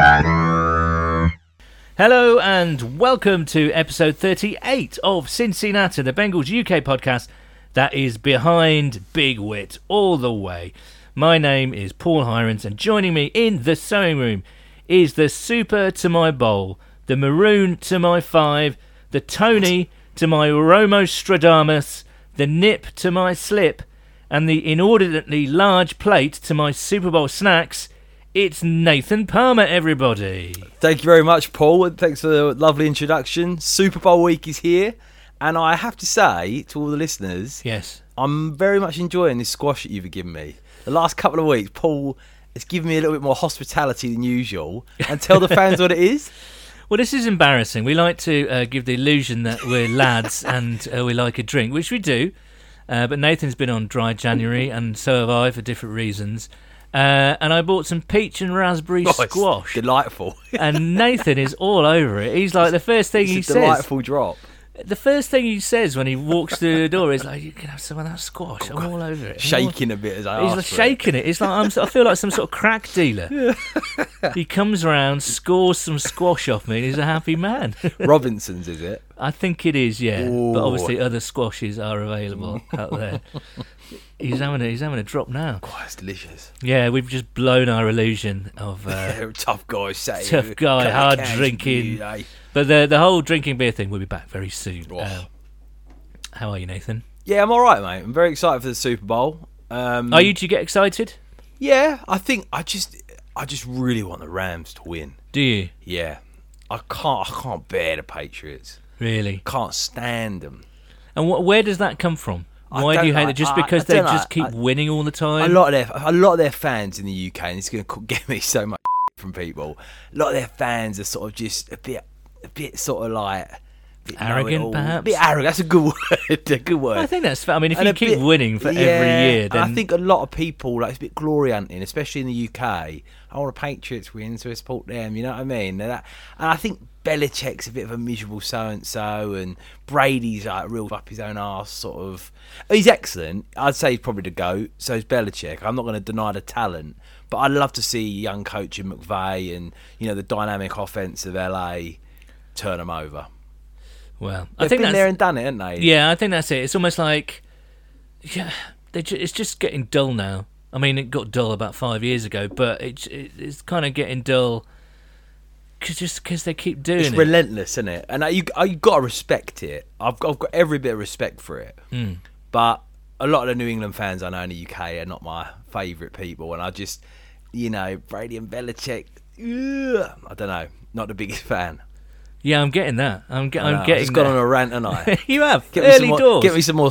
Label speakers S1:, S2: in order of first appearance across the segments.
S1: Cincinnati.
S2: Hello and welcome to episode 38 of Cincinnati, the Bengals UK podcast that is behind Big Wit all the way. My name is Paul Hirons, and joining me in the sewing room is the Super to my Bowl, the Maroon to my Five, the Tony to my Romo Stradamus, the Nip to my Slip, and the inordinately large plate to my Super Bowl snacks. It's Nathan Palmer, everybody.
S3: Thank you very much, Paul. and Thanks for the lovely introduction. Super Bowl week is here, and I have to say to all the listeners,
S2: Yes.
S3: I'm very much enjoying this squash that you've given me. The last couple of weeks, Paul has given me a little bit more hospitality than usual. And tell the fans what it is.
S2: Well, this is embarrassing. We like to uh, give the illusion that we're lads and uh, we like a drink, which we do. Uh, but Nathan's been on dry January, and so have I for different reasons. Uh, and I bought some peach and raspberry
S3: Nice.
S2: Oh, squash,
S3: Delightful.
S2: and Nathan is all over it. He's like the first thing
S3: It's
S2: he
S3: a
S2: says.
S3: delightful drop.
S2: The first thing he says when he walks through the door is like, "You can have some of that squash. I'm all over it." I'm all-
S3: Shaking a bit as I
S2: He's
S3: ask
S2: like
S3: for it.
S2: shaking it. It's like I'm, so- I feel like some sort of crack dealer. he comes round, scores some squash off me, and he's a happy man.
S3: Robinson's, is it?
S2: I think it is, yeah.
S3: Ooh.
S2: But obviously, other squashes are available out there. He's having a, he's having a drop now.
S3: Oh, it's delicious.
S2: Yeah, we've just blown our illusion of. Uh,
S3: Tough guy, say.
S2: Tough guy,
S3: Can't
S2: hard
S3: catch
S2: drinking.
S3: you, eh?
S2: but the the whole drinking beer thing will be back very soon.
S3: Oh.
S2: Um, how are you, Nathan?
S3: Yeah, I'm all right, mate. I'm very excited for the Super Bowl. Um,
S2: Are you? Do you get excited?
S3: Yeah, I think I just, I just really want the Rams to win.
S2: Do you
S3: Yeah, I can't, I can't bear the Patriots.
S2: really?
S3: Can't stand them.
S2: And wh- where does that come from?
S3: I
S2: Why do you
S3: don't-
S2: hate it? Just
S3: I- I-
S2: because
S3: I
S2: they
S3: don't know.
S2: just keep
S3: I-
S2: winning all the
S3: A
S2: time?
S3: lot of their, a lot of their fans in the UK, and it's going to get me so much from people. A lot of their fans are sort of just a bit, a bit sort of like a bit
S2: Arrogant,
S3: know-it-all.
S2: perhaps?
S3: bit arrogant. That's a good word. a good word.
S2: I think that's. fair. I mean, if
S3: And
S2: you
S3: a
S2: keep
S3: bit-
S2: winning for
S3: Yeah,
S2: every year,
S3: and
S2: then
S3: I think a lot of people like it's a bit glory hunting, especially in the UK. I want the Patriots win, so I support them. You know what I mean? And, that, and I think Belichick's a bit of a miserable so and so, and Brady's like real up his own arse sort of. He's excellent. I'd say he's probably the goat. So is Belichick. I'm not going to deny the talent, but I'd love to see young coach in McVay and you know the dynamic offense of LA turn them over.
S2: well, I
S3: They've
S2: think
S3: been
S2: that's,
S3: there and done it, haven't they?
S2: Yeah, I think that's it. It's almost like, yeah, they ju- it's just getting dull now. I mean, it got dull about five years ago, but it's it, it's kind of getting dull because just because they keep doing
S3: It's
S2: it.
S3: relentless, isn't it? And uh, you uh, you got to respect it. I've got, I've got every bit of respect for it.
S2: Hmm.
S3: But a lot of the New England fans I know in the UK are not my favourite people, and I just, you know, Brady and Belichick. ugh, I don't know. Not the biggest fan.
S2: yeah, I'm getting that. I'm, ge-
S3: I
S2: I'm
S3: know, I've
S2: getting
S3: just gone on
S2: that.
S3: a rant, and I
S2: you have
S3: get me some
S2: early
S3: more,
S2: doors.
S3: get me some more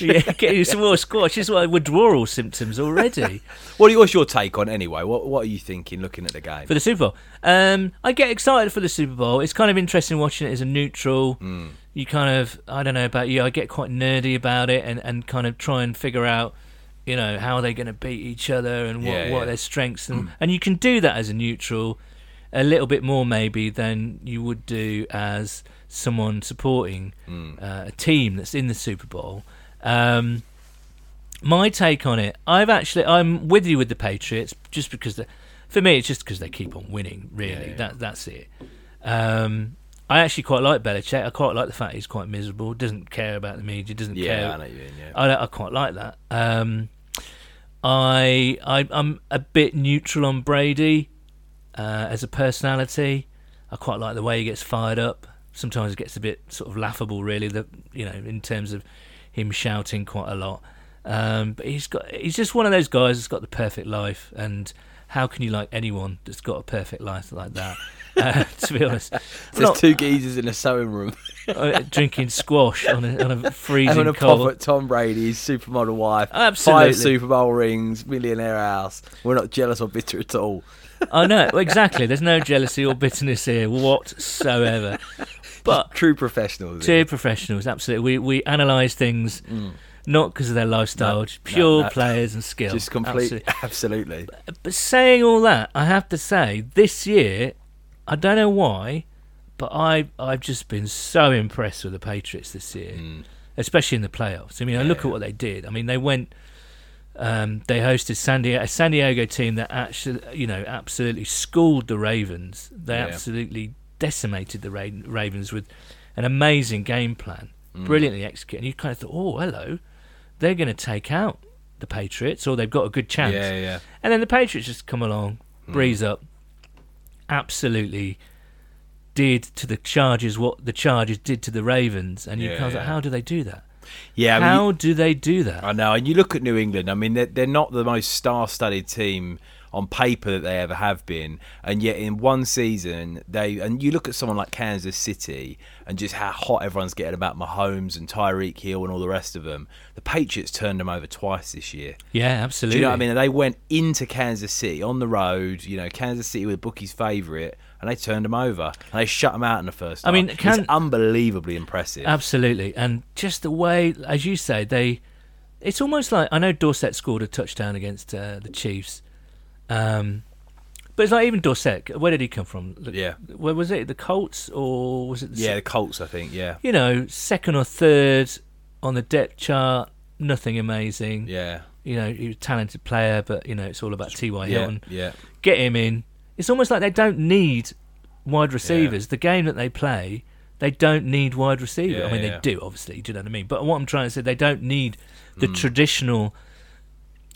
S2: yeah, get you some more squash. It's like withdrawal symptoms already.
S3: What are- what's your take on it anyway? What what are you thinking looking at the game?
S2: for the Super Bowl. Um, I get excited for the Super Bowl. It's kind of interesting watching it as a neutral.
S3: Mm.
S2: You kind of, I don't know about you, I get quite nerdy about it and, and kind of try and figure out, you know, how they're going to beat each other and what, what
S3: Yeah, yeah. Mm.
S2: their strengths and and you can do that as a neutral, a little bit more maybe than you would do as someone supporting
S3: Mm.
S2: uh, a team that's in the Super Bowl. Um, my take on it, I've actually, I'm with you with the Patriots, just because, they- for me, it's just because they keep on winning. Really, that that's it. Um, I actually quite like Belichick. I quite like the fact he's quite miserable, doesn't care about the media, doesn't care.
S3: yeah, I know you mean. Yeah.
S2: I, I quite like that. Um, I, I I'm a bit neutral on Brady uh, as a personality. I quite like the way he gets fired up. Sometimes it gets a bit sort of laughable, really. The you know in terms of him shouting quite a lot. Um, but he's got he's just one of those guys that's got the perfect life. And how can you like anyone that's got a perfect life like that? uh, to be honest,
S3: There's
S2: Not-
S3: two geezers in a sewing room.
S2: uh, drinking squash on a, on a freezing
S3: Having a
S2: cold.
S3: pop at Tom Brady's supermodel wife,
S2: Absolutely.
S3: five Super Bowl rings, millionaire house. We're not jealous or bitter at all.
S2: I know well, exactly. There's no jealousy or bitterness here whatsoever. But
S3: True professionals.
S2: two professionals, absolutely. We we analyse things not because of their lifestyle, just pure
S3: Mm. no.
S2: players and skill.
S3: Just completely,
S2: Absolutely.
S3: absolutely.
S2: But saying all that, I have to say, this year, I don't know why, but I I've just been so impressed with
S3: Mm.
S2: the Patriots this year, especially in the playoffs. I mean, I look at what they did. I mean, they went. Um, they hosted San Diego, a San Diego team that actually, you know, absolutely schooled the Ravens. They
S3: Yeah.
S2: absolutely decimated the Ra- Ravens with an amazing game plan,
S3: Mm.
S2: brilliantly executed. And you kind of thought, oh, hello, they're going to take out the Patriots, or they've got a good chance.
S3: Yeah, yeah.
S2: And then the Patriots just come along,
S3: Hmm.
S2: breeze up, absolutely did to the Chargers what the Chargers did to the Ravens, and you
S3: Yeah,
S2: kind of like,
S3: yeah.
S2: how do they do that?
S3: Yeah, I mean,
S2: how do they do that?
S3: I know, and you look at New England. I mean, they're, they're not the most star-studded team on paper that they ever have been, and yet in one season they. And you look at someone like Kansas City, and just how hot everyone's getting about Mahomes and Tyreek Hill and all the rest of them. The Patriots turned them over twice this year.
S2: yeah, absolutely.
S3: Do you know what I mean? And they went into Kansas City on the road. You know, Kansas City were bookie's favourite, and they turned them over. And they shut them out in the first.
S2: I mean,
S3: half.
S2: can-
S3: it's unbelievably impressive.
S2: Absolutely, and just the way, as you say, they. It's almost like I know Dorset scored a touchdown against uh, the Chiefs, um, but it's like even Dorset. Where did he come from? Look,
S3: Yeah.
S2: where was it? The Colts or was it? The
S3: yeah, the Colts, I think. Yeah,
S2: you know, second or third on the depth chart. Nothing amazing.
S3: yeah,
S2: You know, he was a talented player, but you know, it's all about T.Y.
S3: yeah,
S2: Hilton.
S3: yeah.
S2: Get him in. It's almost like they don't need wide receivers. The game that they play, they don't need wide receiver.
S3: Yeah,
S2: I mean,
S3: yeah.
S2: they do obviously. Do you know what I mean? But what I'm trying to say, they don't need the
S3: Mm.
S2: traditional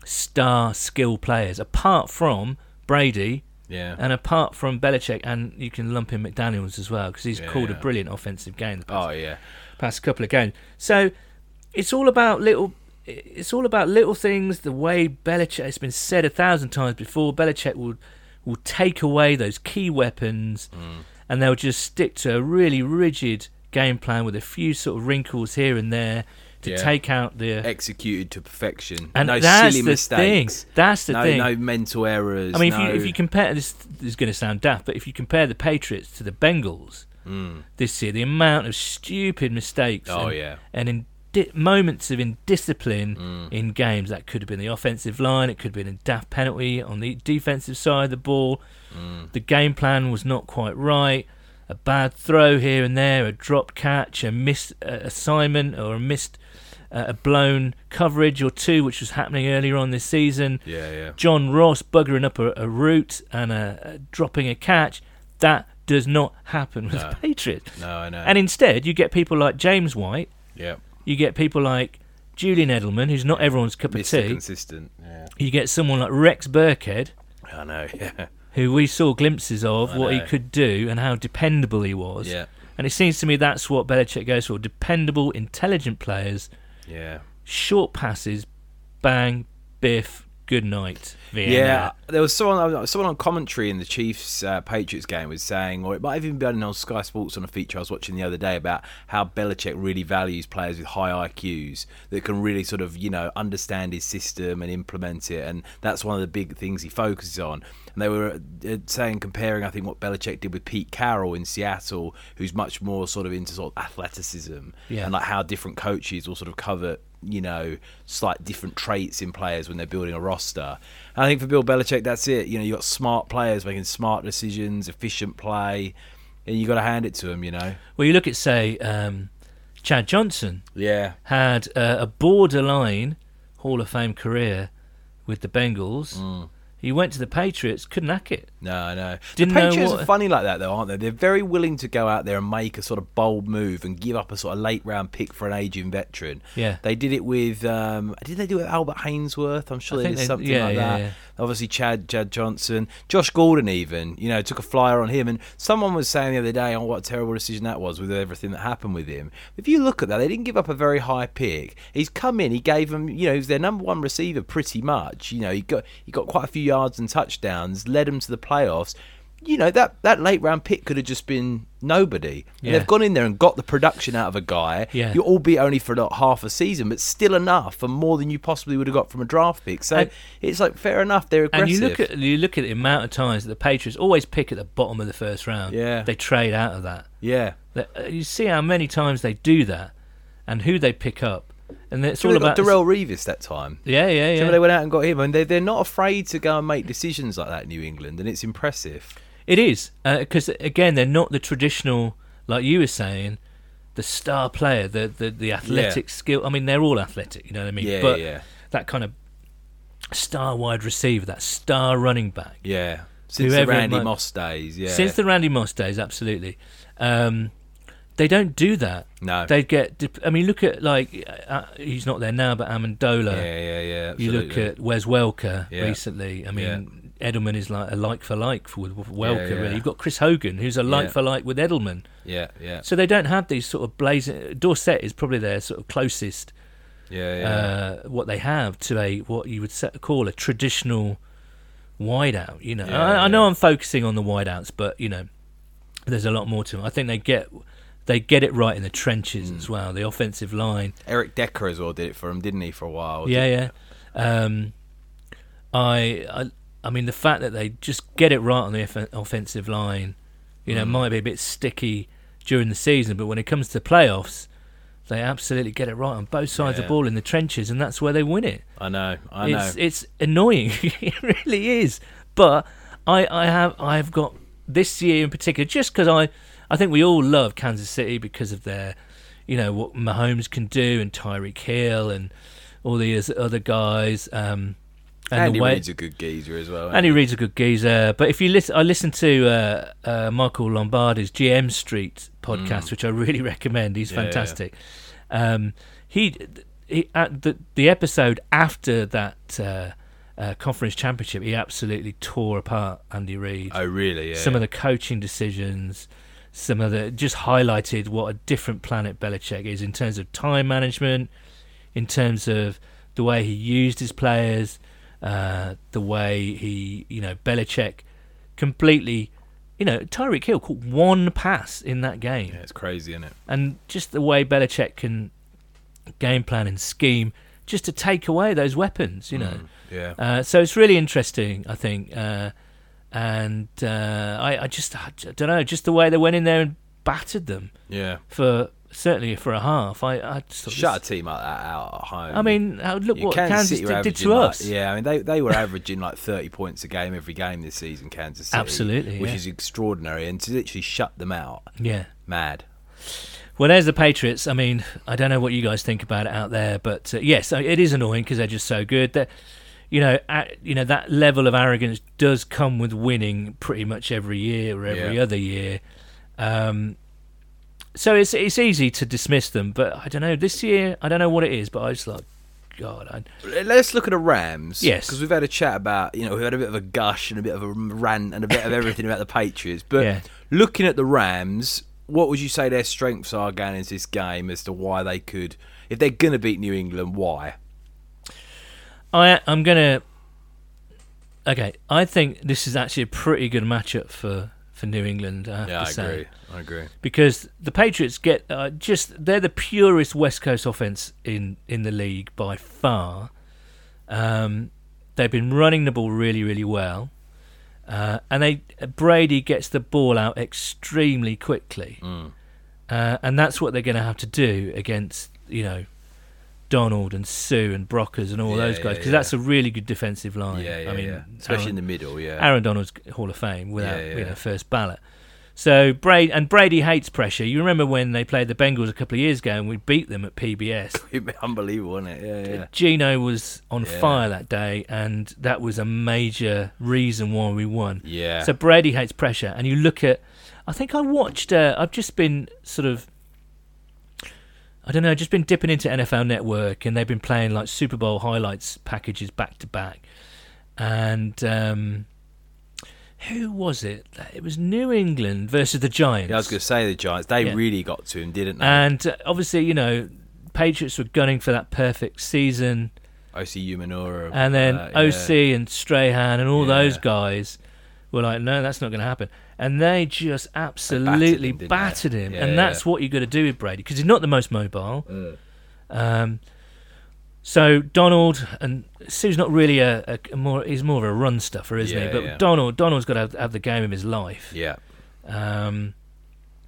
S2: star skill players, apart from Brady
S3: Yeah.
S2: and apart from Belichick, and you can lump in McDaniel's as well because he's
S3: Yeah,
S2: called a
S3: yeah.
S2: brilliant offensive game the past
S3: oh yeah.
S2: past couple of games. So it's all about little. It's all about little things. The way Belichick, it's been said a thousand times before, Belichick will will take away those key weapons,
S3: Mm.
S2: and they'll just stick to a really rigid game plan with a few sort of wrinkles here and there to
S3: Yeah.
S2: take out the.
S3: Executed to perfection.
S2: And
S3: no
S2: that's
S3: silly
S2: the
S3: mistakes.
S2: thing. That's the
S3: no,
S2: thing.
S3: No mental errors.
S2: I mean,
S3: no,
S2: if you if you compare this, this is going to sound daft, but if you compare the Patriots to the Bengals this year, the amount of stupid mistakes.
S3: Mm. Oh,
S2: and,
S3: yeah.
S2: and in di- moments of indiscipline
S3: Mm.
S2: in games that could have been the offensive line, it could have been a daft penalty on the defensive side of the ball.
S3: Mm.
S2: The game plan was not quite right. A bad throw here and there, a drop catch, a missed uh, assignment, or a missed. Uh, a blown coverage or two, which was happening earlier on this season.
S3: Yeah, yeah.
S2: John Ross buggering up a, a route and a, a dropping a catch. That does not happen with the Patriots.
S3: No, I know.
S2: And instead, you get people like James White,
S3: yeah.
S2: you get people like Julian Edelman, who's not everyone's cup of
S3: Mr.
S2: tea.
S3: Consistent. Yeah.
S2: You get someone like Rex Burkhead,
S3: I know. Yeah.
S2: who we saw glimpses of what he
S3: know.
S2: could do and how dependable he was.
S3: Yeah.
S2: And it seems to me that's what Belichick goes for dependable, intelligent players,
S3: Yeah.
S2: short passes, bang, biff, good night. Vienna.
S3: Yeah, there was someone uh, someone on commentary in the Chiefs uh, Patriots game was saying, or it might have even been on Sky Sports on a feature I was watching the other day about how Belichick really values players with high IQs that can really sort of you know understand his system and implement it, and that's one of the big things he focuses on. And they were uh, saying comparing, I think, what Belichick did with Pete Carroll in Seattle, who's much more sort of into sort of athleticism
S2: Yeah.
S3: and like how different coaches will sort of cover you know slight different traits in players when they're building a roster. And I think for Bill Belichick, that's it. You know, you got smart players making smart decisions, efficient play, and you got to hand it to him. You know.
S2: Well, you look at, say, um, Chad Johnson
S3: Yeah.
S2: had uh, a borderline Hall of Fame career with the Bengals.
S3: Mm.
S2: He went to the Patriots, couldn't hack it.
S3: No, no.
S2: Didn't
S3: the
S2: know
S3: Patriots
S2: what-
S3: are funny like that, though, aren't they? They're very willing to go out there and make a sort of bold move and give up a sort of late round pick for an aging veteran.
S2: Yeah.
S3: They did it with. Um, did they do it with Albert Hainsworth? I'm sure
S2: I
S3: they
S2: think
S3: did
S2: they-
S3: something
S2: yeah,
S3: like
S2: yeah,
S3: that.
S2: yeah.
S3: Obviously, Chad, Chad Johnson, Josh Gordon, even you know, took a flyer on him. And someone was saying the other day, "Oh, what a terrible decision that was with everything that happened with him." If you look at that, they didn't give up a very high pick. He's come in, he gave them, you know, he's their number one receiver pretty much. You know, he got he got quite a few yards and touchdowns, led them to the playoffs. You know that that late round pick could have just been nobody. And
S2: Yeah.
S3: they've gone in there and got the production out of a guy.
S2: Yeah.
S3: You albeit only for like half a season, but still enough and more than you possibly would have got from a draft pick. So
S2: And-
S3: it's like fair enough. They're aggressive.
S2: And you look at you look at the amount of times that the Patriots always pick at the bottom of the first round.
S3: Yeah.
S2: They trade out of that.
S3: yeah.
S2: That- uh, You see how many times they do that, and who they pick up, and it's all
S3: Remember they
S2: about
S3: got Darrell Revis that time.
S2: Yeah, yeah, yeah.
S3: Remember they went out and got him, and they they're not afraid to go and make decisions like that. in New England, and it's impressive.
S2: It is because again, they're not the traditional, like you were saying, the star player, the the, the athletic skill. I mean, they're all athletic. You know what I mean?
S3: Yeah,
S2: but
S3: yeah.
S2: That kind of star wide receiver, that star running back.
S3: Yeah. Since
S2: Whoever it
S3: the Randy
S2: might-
S3: Moss days, yeah.
S2: Since the Randy Moss days, absolutely. Um, they don't do that.
S3: no.
S2: They get. dep- I mean, look at like uh, he's not there now, but Amendola.
S3: yeah, yeah, yeah.
S2: You
S3: Absolutely.
S2: look at Wes Welker
S3: Yeah.
S2: recently. I mean, Edelman is like a like for like for with Welker.
S3: Yeah, yeah.
S2: Really, you've got Chris Hogan, who's a like
S3: Yeah.
S2: for like with Edelman.
S3: Yeah, yeah,
S2: So they don't have these sort of blazing. Dorset is probably their sort of closest
S3: yeah, yeah.
S2: uh, what they have to a what you would set, call a traditional wideout. You know,
S3: Yeah,
S2: I, I
S3: yeah.
S2: know I'm focusing on the wideouts, but you know, there's a lot more to them. I think they get they get it right in the
S3: Hmm.
S2: trenches as well. The offensive line,
S3: Eric Decker as well did it for him, didn't he, for a while?
S2: yeah, yeah. Um, I, I, I mean, the fact that they just get it right on the offen- offensive line, you
S3: Mm.
S2: know, might be a bit sticky during the season, but when it comes to playoffs, they absolutely get it right on both sides of
S3: Yeah.
S2: the ball in the trenches, and that's where they win it.
S3: I know, I know.
S2: It's it's annoying, it really is. But I, I have I've got this year in particular just because I I think we all love Kansas City because of their you know what Mahomes can do and Tyreek Hill and all these other guys. Um, and
S3: Andy
S2: the way,
S3: Reid's a good geezer as well.
S2: Andy Reid's a good geezer, but if you listen, I listened to uh, uh, Michael Lombardi's GM Street podcast, which I really recommend. He's
S3: Mm. Yeah, yeah.
S2: fantastic. Um, he, he at the the episode after that uh, uh, conference championship, he absolutely tore apart Andy Reid.
S3: Oh, really? Yeah.
S2: some of the coaching decisions, some of the just highlighted what a different planet Belichick is in terms of time management, in terms of the way he used his players, uh, the way he, you know, Belichick completely, you know, Tyreek Hill caught one pass in that game,
S3: yeah, it's crazy, isn't it?
S2: and just the way Belichick can game plan and scheme just to take away those weapons, you know.
S3: Mm. Yeah.
S2: Uh, so it's really interesting, I think. Uh, and uh, I, I just, I don't know, just the way they went in there and battered them
S3: Yeah.
S2: for certainly for a half. I, I just thought
S3: Shut a
S2: this-
S3: team like that out at home.
S2: I mean, uh, look
S3: You-
S2: what
S3: Kansas
S2: Kansas
S3: City were
S2: did, did
S3: averaging
S2: to
S3: like-
S2: us.
S3: yeah, I mean, they, they were averaging like 30 points a game every game this season, Kansas City.
S2: Absolutely,
S3: Which
S2: yeah.
S3: is extraordinary. And to literally shut them out,
S2: yeah.
S3: mad.
S2: Well, there's the Patriots. I mean, I don't know what you guys think about it out there, but uh, yes, I- it is annoying because they're just so good. That you know, a you know that level of arrogance does come with winning pretty much every year or every
S3: Yeah.
S2: other year. Um, so it's it's easy to dismiss them, but I don't know this year. I don't know what it is, but I just like God. I,
S3: Let's look at the Rams.
S2: Yes.
S3: Because we've had a chat about, you know, we've had a bit of a gush and a bit of a rant and a bit of everything about the Patriots. But
S2: Yeah.
S3: looking at the Rams, what would you say their strengths are going into this game as to why they could, if they're going to beat New England, why?
S2: I I'm gonna. Okay, I think this is actually a pretty good matchup for for New England. I have to say.
S3: I agree.
S2: because the Patriots get uh, just they're the purest West Coast offense in in the league by far. Um, they've been running the ball really really well, uh, and they Brady gets the ball out extremely quickly,
S3: Mm.
S2: uh, and that's what they're going to have to do against you know. Donald and Sue and Brockers and all
S3: Yeah,
S2: those guys
S3: yeah,
S2: because
S3: yeah.
S2: that's a really good defensive line.
S3: Yeah, yeah,
S2: I mean,
S3: yeah. especially
S2: Aaron-
S3: in the middle. Yeah,
S2: Aaron Donald's Hall of Fame without
S3: Yeah, yeah,
S2: you
S3: yeah.
S2: know first ballot. So Brady and Brady hates pressure. You remember when they played the Bengals a couple of years ago and we beat them at PBS.
S3: It'd be unbelievable, wasn't it? Yeah, yeah.
S2: Gino was on
S3: Yeah.
S2: fire that day, and that was a major reason why we won.
S3: Yeah.
S2: So Brady hates pressure, and you look at. I think I watched. Uh, I've just been sort of. I don't know. Just been dipping into NFL Network, and they've been playing like Super Bowl highlights packages back to back, and um, who was it? It was New England versus the Giants.
S3: Yeah, I was going to say the Giants. They
S2: Yeah.
S3: really got to him, didn't they?
S2: and uh, obviously, you know, Patriots were gunning for that perfect season.
S3: OC Umanura.
S2: and then
S3: uh, yeah.
S2: OC and Strahan and all
S3: Yeah.
S2: those guys were like, no, that's not going to happen. And they just absolutely
S3: didn't they?
S2: battered, him.
S3: Yeah, Mm.
S2: and
S3: yeah.
S2: that's what you got to do with Brady because he's not the most mobile. Um, so Donald and Sue's not really a, a- a more. He's more of a run stuffer, isn't
S3: Yeah,
S2: he? But
S3: yeah.
S2: Donald, Donald's got to have, have the game of his life.
S3: Yeah.
S2: Um,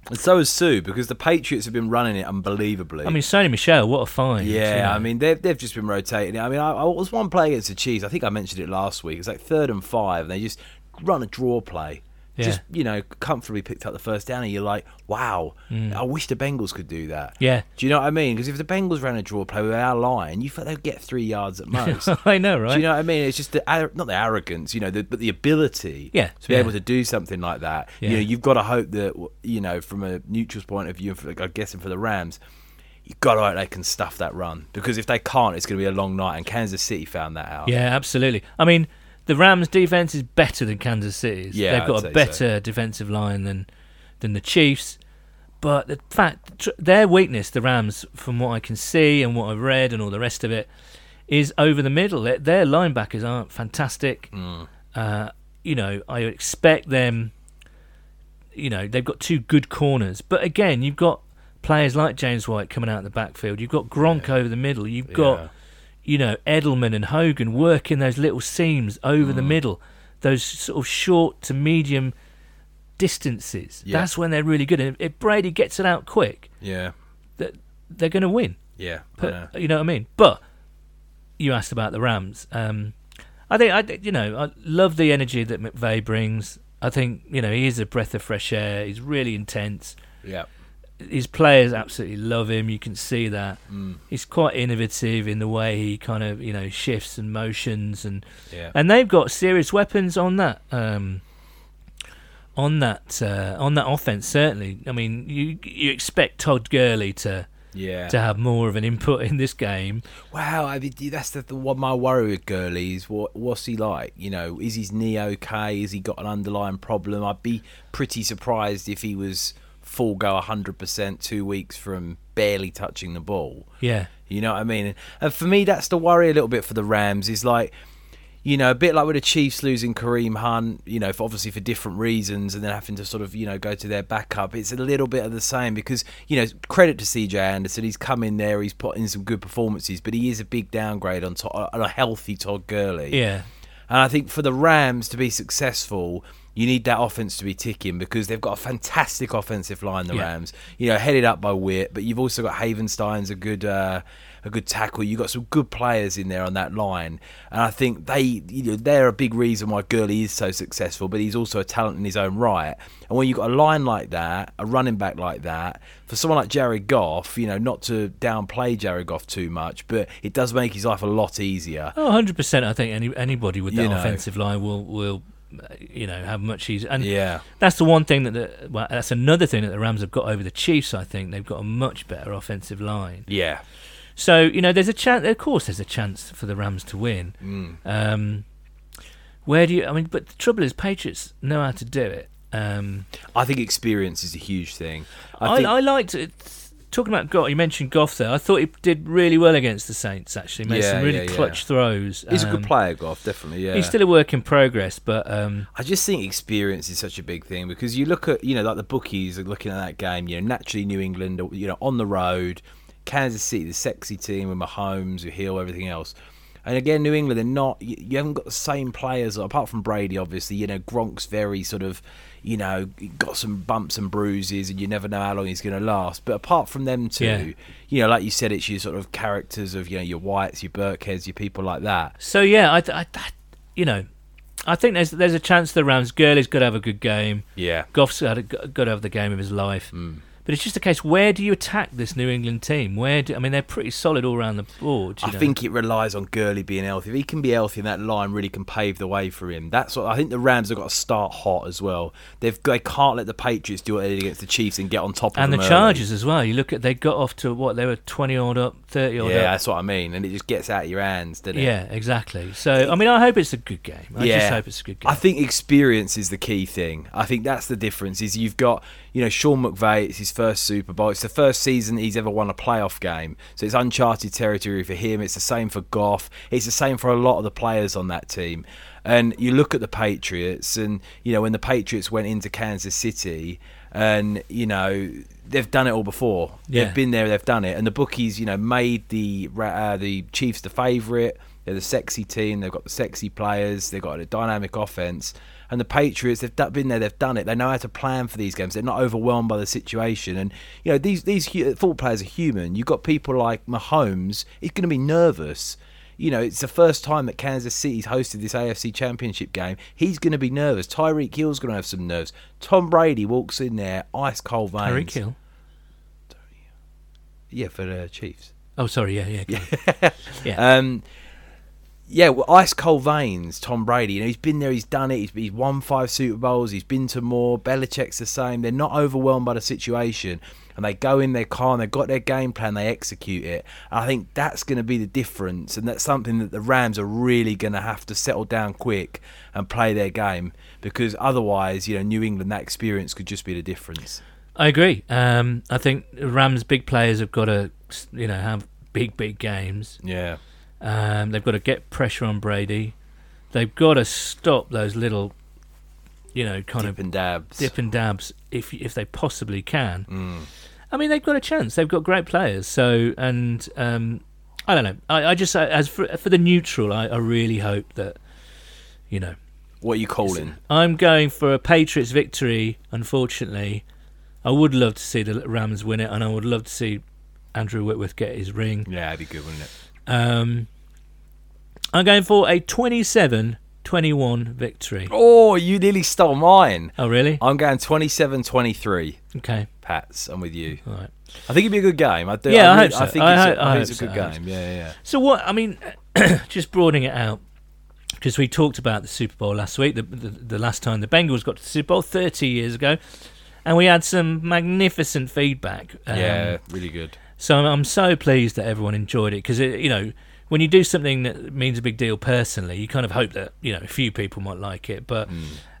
S3: And so has Sue because the Patriots have been running it unbelievably.
S2: I mean, Sony Michelle, what a find! you know.
S3: yeah, I mean they've they've just been rotating. it. I mean, I, I was one play against the Chiefs. I think I mentioned it last week. It's like third and five, and they just run a draw play.
S2: Yeah.
S3: just you know comfortably picked up the first down, and you're like, wow, I wish the Bengals could do that.
S2: Mm. Yeah.
S3: Do you know what I mean? Because if the Bengals ran a draw play with our line, you thought they'd get three yards at most.
S2: I know, right?
S3: Do you know what I mean? It's just the ar- not the arrogance, you know, the, but the ability
S2: Yeah,
S3: to be
S2: yeah.
S3: able to do something like that.
S2: Yeah.
S3: You know, you've got to hope that you know from a neutral's point of view, for, I guess, and for the Rams, you have got to hope they can stuff that run because if they can't, it's going to be a long night. And Kansas City found that out.
S2: Yeah, absolutely. I mean, the Rams' defense is better than Kansas City's.
S3: Yeah,
S2: they've
S3: I'd
S2: got
S3: say
S2: a
S3: so.
S2: better defensive line than than the Chiefs. But the fact tr- their weakness, the Rams, from what I can see and what I've read and all the rest of it, is over the middle. Their- Their linebackers aren't fantastic.
S3: Mm.
S2: Uh, you know, I expect them. You know, they've got two good corners, but again, you've got players like James White coming out of the backfield. You've got Gronk over the middle. You've got
S3: Yeah.
S2: you know, Edelman and Hogan working those little seams over
S3: Mm.
S2: the middle, those sort of short to medium distances.
S3: Yeah.
S2: That's when they're really good. And if Brady gets it out quick,
S3: yeah,
S2: that they're going to win.
S3: yeah. I
S2: But,
S3: know.
S2: You know what I mean? But you asked about the Rams. Um, I think I, you know, I love the energy that McVeigh brings. I think you know he is a breath of fresh air. He's really intense
S3: yeah,
S2: his players absolutely love him. You can see that.
S3: Mm.
S2: He's quite innovative in the way he kind of you know shifts and motions and
S3: yeah,
S2: and they've got serious weapons on that um, on that uh, on that offense. Certainly, I mean you you expect Todd Gurley to
S3: yeah.
S2: to have more of an input in this game.
S3: Wow, I mean, that's the, the one my worry with Gurley is what what's he like? You know, is his knee okay? Has he got an underlying problem? I'd be pretty surprised if he was full go hundred percent two weeks from barely touching the ball.
S2: Yeah,
S3: You know what I mean? And for me, that's the worry a little bit for the Rams is like, you know, a bit like with the Chiefs losing Kareem Hunt, you know, for obviously for different reasons, and then having to sort of, you know, go to their backup. It's a little bit of the same because, you know, credit to CJ Anderson, he's come in there, he's put in some good performances, but he is a big downgrade on, to- on a healthy Todd Gurley.
S2: yeah,
S3: And I think for the Rams to be successful, you need that offense to be ticking because they've got a fantastic offensive line. The
S2: Yeah.
S3: Rams, you know, headed up by Witt, but you've also got Havenstein's a good uh, a good tackle. You've got some good players in there on that line, and I think they you know they're a big reason why Gurley is so successful. But he's also a talent in his own right. And when you've got a line like that, a running back like that, for someone like Jared Goff, you know, not to downplay Jared Goff too much, but it does make his life a lot easier.
S2: oh, 100 percent. I think any anybody with that
S3: You know.
S2: offensive line will will uh, you know have much easier. And
S3: Yeah.
S2: That's the one thing that the well, that's another thing that the Rams have got over the Chiefs. I think they've got a much better offensive line.
S3: Yeah.
S2: So you know, there's a chance. Of course, there's a chance for the Rams to win.
S3: Mm.
S2: Um, where do you? I mean, but the trouble is, Patriots know how to do it. Um,
S3: I think experience is a huge thing.
S2: I,
S3: I think,
S2: I liked it. Talking about Goff, you mentioned Goff there. I thought he did really well against the Saints. Actually, made
S3: Yeah,
S2: some really
S3: yeah, yeah.
S2: clutch throws.
S3: he's a
S2: Um,
S3: good player, Goff, definitely. Yeah.
S2: He's still a work in progress, but um,
S3: I just think experience is such a big thing because you look at you know like the bookies are looking at that game. You know, naturally New England, are, you know, on the road, Kansas City, the sexy team with Mahomes, with Hill, everything else. And again, New England, they're not. You, you haven't got the same players apart from Brady, obviously. You know, Gronk's very sort of, you know, got some bumps and bruises, and you never know how long he's going to last. But apart from them two,
S2: Yeah.
S3: you know, like you said, it's your sort of characters of you know your Whites, your Burkheads, your people like that.
S2: So yeah, I, th- I, I you know, I think there's there's a chance the Rams. Gurley's got to have a good game.
S3: Yeah. Hmm.
S2: Goff's got to, got to have the game of his life. But it's just a case where do you attack this New England team? Where do I mean they're pretty solid all round the board. You
S3: I
S2: know?
S3: think it relies on Gurley being healthy. If he can be healthy, and that line really can pave the way for him. That's what I think. The Rams have got to start hot as well. They've they can't let the Patriots do what they did against the Chiefs and get on top of
S2: and the
S3: them. early.
S2: Chargers as well. You look at they got off to what they were twenty odd up, thirty odd
S3: Yeah,
S2: up.
S3: that's what I mean. And it just gets out of your hands, doesn't it?
S2: Yeah, exactly. So I mean, I hope it's a good game. I
S3: yeah.
S2: just hope it's a good game.
S3: I think experience is the key thing. I think that's the difference. Is you've got you know Sean McVay. It's his first Super Bowl. It's the first season he's ever won a playoff game. So it's uncharted territory for him. It's the same for Goff. It's the same for a lot of the players on that team. And you look at the Patriots, and you know when the Patriots went into Kansas City, and you know they've done it all before.
S2: Yeah.
S3: They've been there, they've done it, and the bookies, you know, made the Ra- uh, the Chiefs the favourite. They're the sexy team. They've got the sexy players. They've got a dynamic offense, and the Patriots. They've d- been there. They've done it. They know how to plan for these games. They're not overwhelmed by the situation. And you know these these hu- football players are human. You've got people like Mahomes. He's going to be nervous. you know, it's the first time that Kansas City's hosted this AFC Championship game. He's going to be nervous. Tyreek Hill's going to have some nerves. Tom Brady walks in there, ice cold veins.
S2: Tyreek Hill.
S3: Yeah, for the Chiefs.
S2: Oh, sorry. Yeah, yeah. yeah.
S3: Um, yeah, well, ice cold veins, Tom Brady. You know, he's been there, he's done it. He's, he's won five Super Bowls. He's been to more. Belichick's the same. They're not overwhelmed by the situation, and they go in their car and they've got their game plan. They execute it. And I think that's going to be the difference, and that's something that the Rams are really going to have to settle down quick and play their game because otherwise, you know, New England that experience could just be the difference.
S2: I agree. Um, I think Rams big players have got to, you know, have big, big games.
S3: Yeah.
S2: Um, they've got to get pressure on Brady. They've got to stop those little, you know, kind
S3: Dip
S2: of
S3: and dabs.
S2: dip and dabs if if they possibly can. I mean, they've got a chance. They've got great players. So, and um, I don't know. I, I just as for, for the neutral, I, I really hope that you know
S3: What are you calling?
S2: I'm going for a Patriots victory. Unfortunately, I would love to see the Rams win it, and I would love to see Andrew Whitworth get his ring.
S3: Yeah, that'd be good, wouldn't it?
S2: Um, I'm going for a 27 21 victory.
S3: Oh, you nearly stole mine.
S2: Oh, really?
S3: I'm going 27 23.
S2: Okay.
S3: Pats, I'm with you.
S2: All right.
S3: I think it'd be a good game. I do.
S2: Yeah, I
S3: really-
S2: hope so.
S3: I think
S2: I
S3: it's,
S2: hope-
S3: a,
S2: I
S3: I think it's
S2: hope
S3: a good
S2: so, I hope
S3: game. Yeah, yeah, yeah.
S2: So, what, I mean, just broadening it out, because we talked about the Super Bowl last week, the, the, the last time the Bengals got to the Super Bowl 30 years ago, and we had some magnificent feedback. Um,
S3: yeah, really good.
S2: So I'm, I'm so pleased that everyone enjoyed it because you know when you do something that means a big deal personally, you kind of hope that you know a few people might like it. But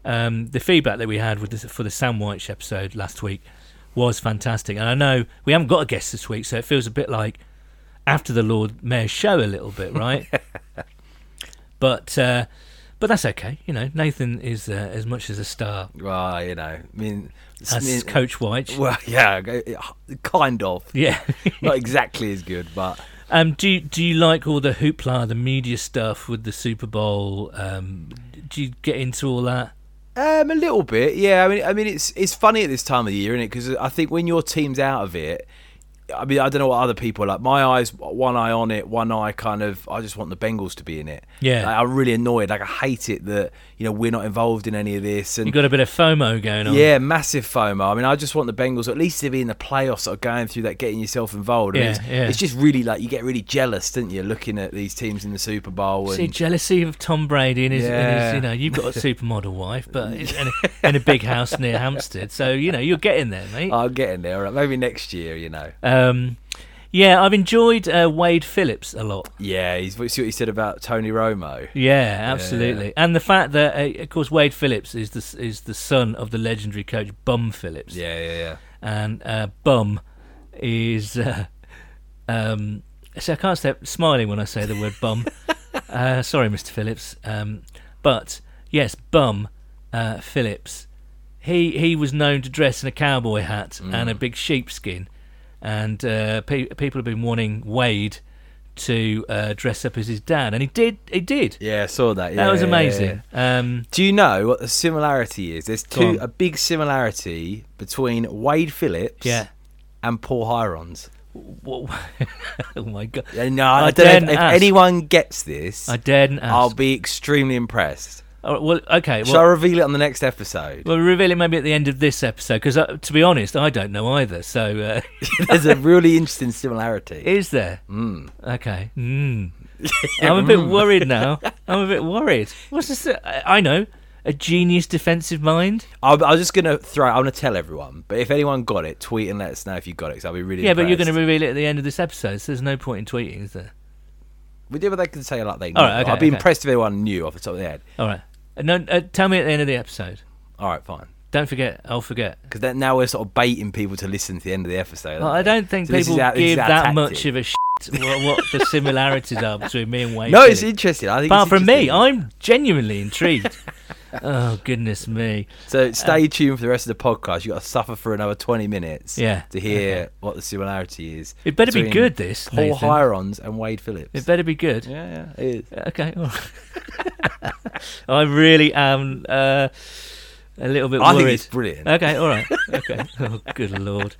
S2: um, the feedback that we had with this, for the Sam White episode last week was fantastic, and I know we haven't got a guest this week, so it feels a bit like after the Lord Mayor's show a little bit, right? but uh, but that's okay. You know, Nathan is uh, as much as a star
S3: Well, you know, I mean, it's- I
S2: as
S3: mean-
S2: Coach White.
S3: Well, yeah, okay, kind of.
S2: yeah.
S3: Not exactly as good, but
S2: Um, do you, do you like all the hoopla, the media stuff with the Super Bowl? Um, do you get into all that?
S3: Um, a little bit, yeah. I mean, I mean, it's it's funny at this time of the year, isn't it? Because I think when your team's out of it, I mean, I don't know what other people are like. My eyes, one eye on it, one eye kind of. I just want the Bengals to be in it.
S2: Yeah.
S3: Like, I'm really annoyed. Like I hate it that you know we're not involved in any of this. And
S2: You got a bit of FOMO going on.
S3: yeah, massive FOMO. I mean, I just want the Bengals at least to be in the playoffs or going through that, getting yourself involved. I mean,
S2: Yeah,
S3: it's,
S2: yeah.
S3: it's just really like you get really jealous, don't you, looking at these teams in the Super Bowl? And
S2: See, jealousy of Tom Brady and his, and his
S3: Yeah.
S2: you know, you've got a supermodel wife, but it's, and, a, and a big house near Hampstead, so you know you're getting there, mate.
S3: oh, I'm getting there. Right? Maybe next year, you know.
S2: Um, yeah, I've enjoyed uh, Wade Phillips a lot.
S3: Yeah, he's see what he said about Tony Romo.
S2: Yeah, absolutely. And the fact that, uh, of course, Wade Phillips is the s- is the son of the legendary coach Bum Phillips.
S3: Yeah, yeah, yeah.
S2: and uh, bum is uh, um, so I can't stop smiling when I say the word bum. uh, sorry, Mr. Phillips, um, but yes, bum uh, Phillips. He he was known to dress in a cowboy hat
S3: Mm.
S2: and a big sheepskin, and uh, pe- people have been wanting Wade to uh, dress up as his dad, and he did. He did.
S3: Yeah, I saw that.
S2: That
S3: yeah,
S2: was
S3: yeah, yeah, yeah.
S2: amazing. Um,
S3: Do you know what the similarity is? There's
S2: Go
S3: two
S2: on.
S3: a big similarity between Wade Phillips
S2: Yeah.
S3: and Paul Hirons.
S2: w- oh my god!
S3: Yeah, No, I,
S2: I
S3: don't
S2: didn't
S3: know if, if
S2: ask.
S3: anyone gets this,
S2: I daren't ask.
S3: I'll be extremely impressed.
S2: All right, Oh, well, okay. Well,
S3: Shall I reveal it on the next episode?
S2: Well, we'll reveal it maybe at the end of this episode because, uh, to be honest, I don't know either. So, uh,
S3: There's a really interesting similarity.
S2: is there?
S3: Hmm.
S2: Okay. Mm. I'm a bit worried now. I'm a bit worried. What's this? uh, I I know. A genius defensive mind.
S3: I'll, I'm just gonna throw. I'm gonna tell everyone. But if anyone got it, tweet and let us know if you got it. Cause I'll be really.
S2: Yeah, but you're going
S3: impressed.
S2: to reveal it at the end of this episode, so there's no point in tweeting, is there?
S3: We did what they can say like they.
S2: All
S3: All
S2: right, okay,
S3: I'd be
S2: okay.
S3: impressed if anyone knew off the top of their head.
S2: All right. Uh, No, uh, tell me at the end of the episode.
S3: All right, fine.
S2: Don't forget. I'll forget.
S3: Because that now we're sort of baiting people to listen to the end of the episode.
S2: Well, I
S3: aren't we?
S2: don't think
S3: So this
S2: people
S3: is our- this
S2: give
S3: is our
S2: that
S3: tactic.
S2: much of a shit what, what the similarities are between me and Wayne.
S3: No, it's
S2: Phillips.
S3: interesting. I think
S2: Apart
S3: it's
S2: from me,
S3: interesting.
S2: I'm genuinely intrigued. oh goodness me!
S3: So
S2: Uh,
S3: stay tuned for the rest of the podcast. You got to suffer for another 20 minutes.
S2: Yeah,
S3: To hear what the similarity is.
S2: It better be
S3: between
S2: good, this,
S3: Paul
S2: Nathan.
S3: Hirons and Wade Phillips.
S2: It better be good.
S3: yeah, yeah, it is.
S2: Okay. all right. I really am uh, a little bit
S3: I
S2: worried.
S3: think it's brilliant.
S2: Okay. All right. Okay. oh, good lord.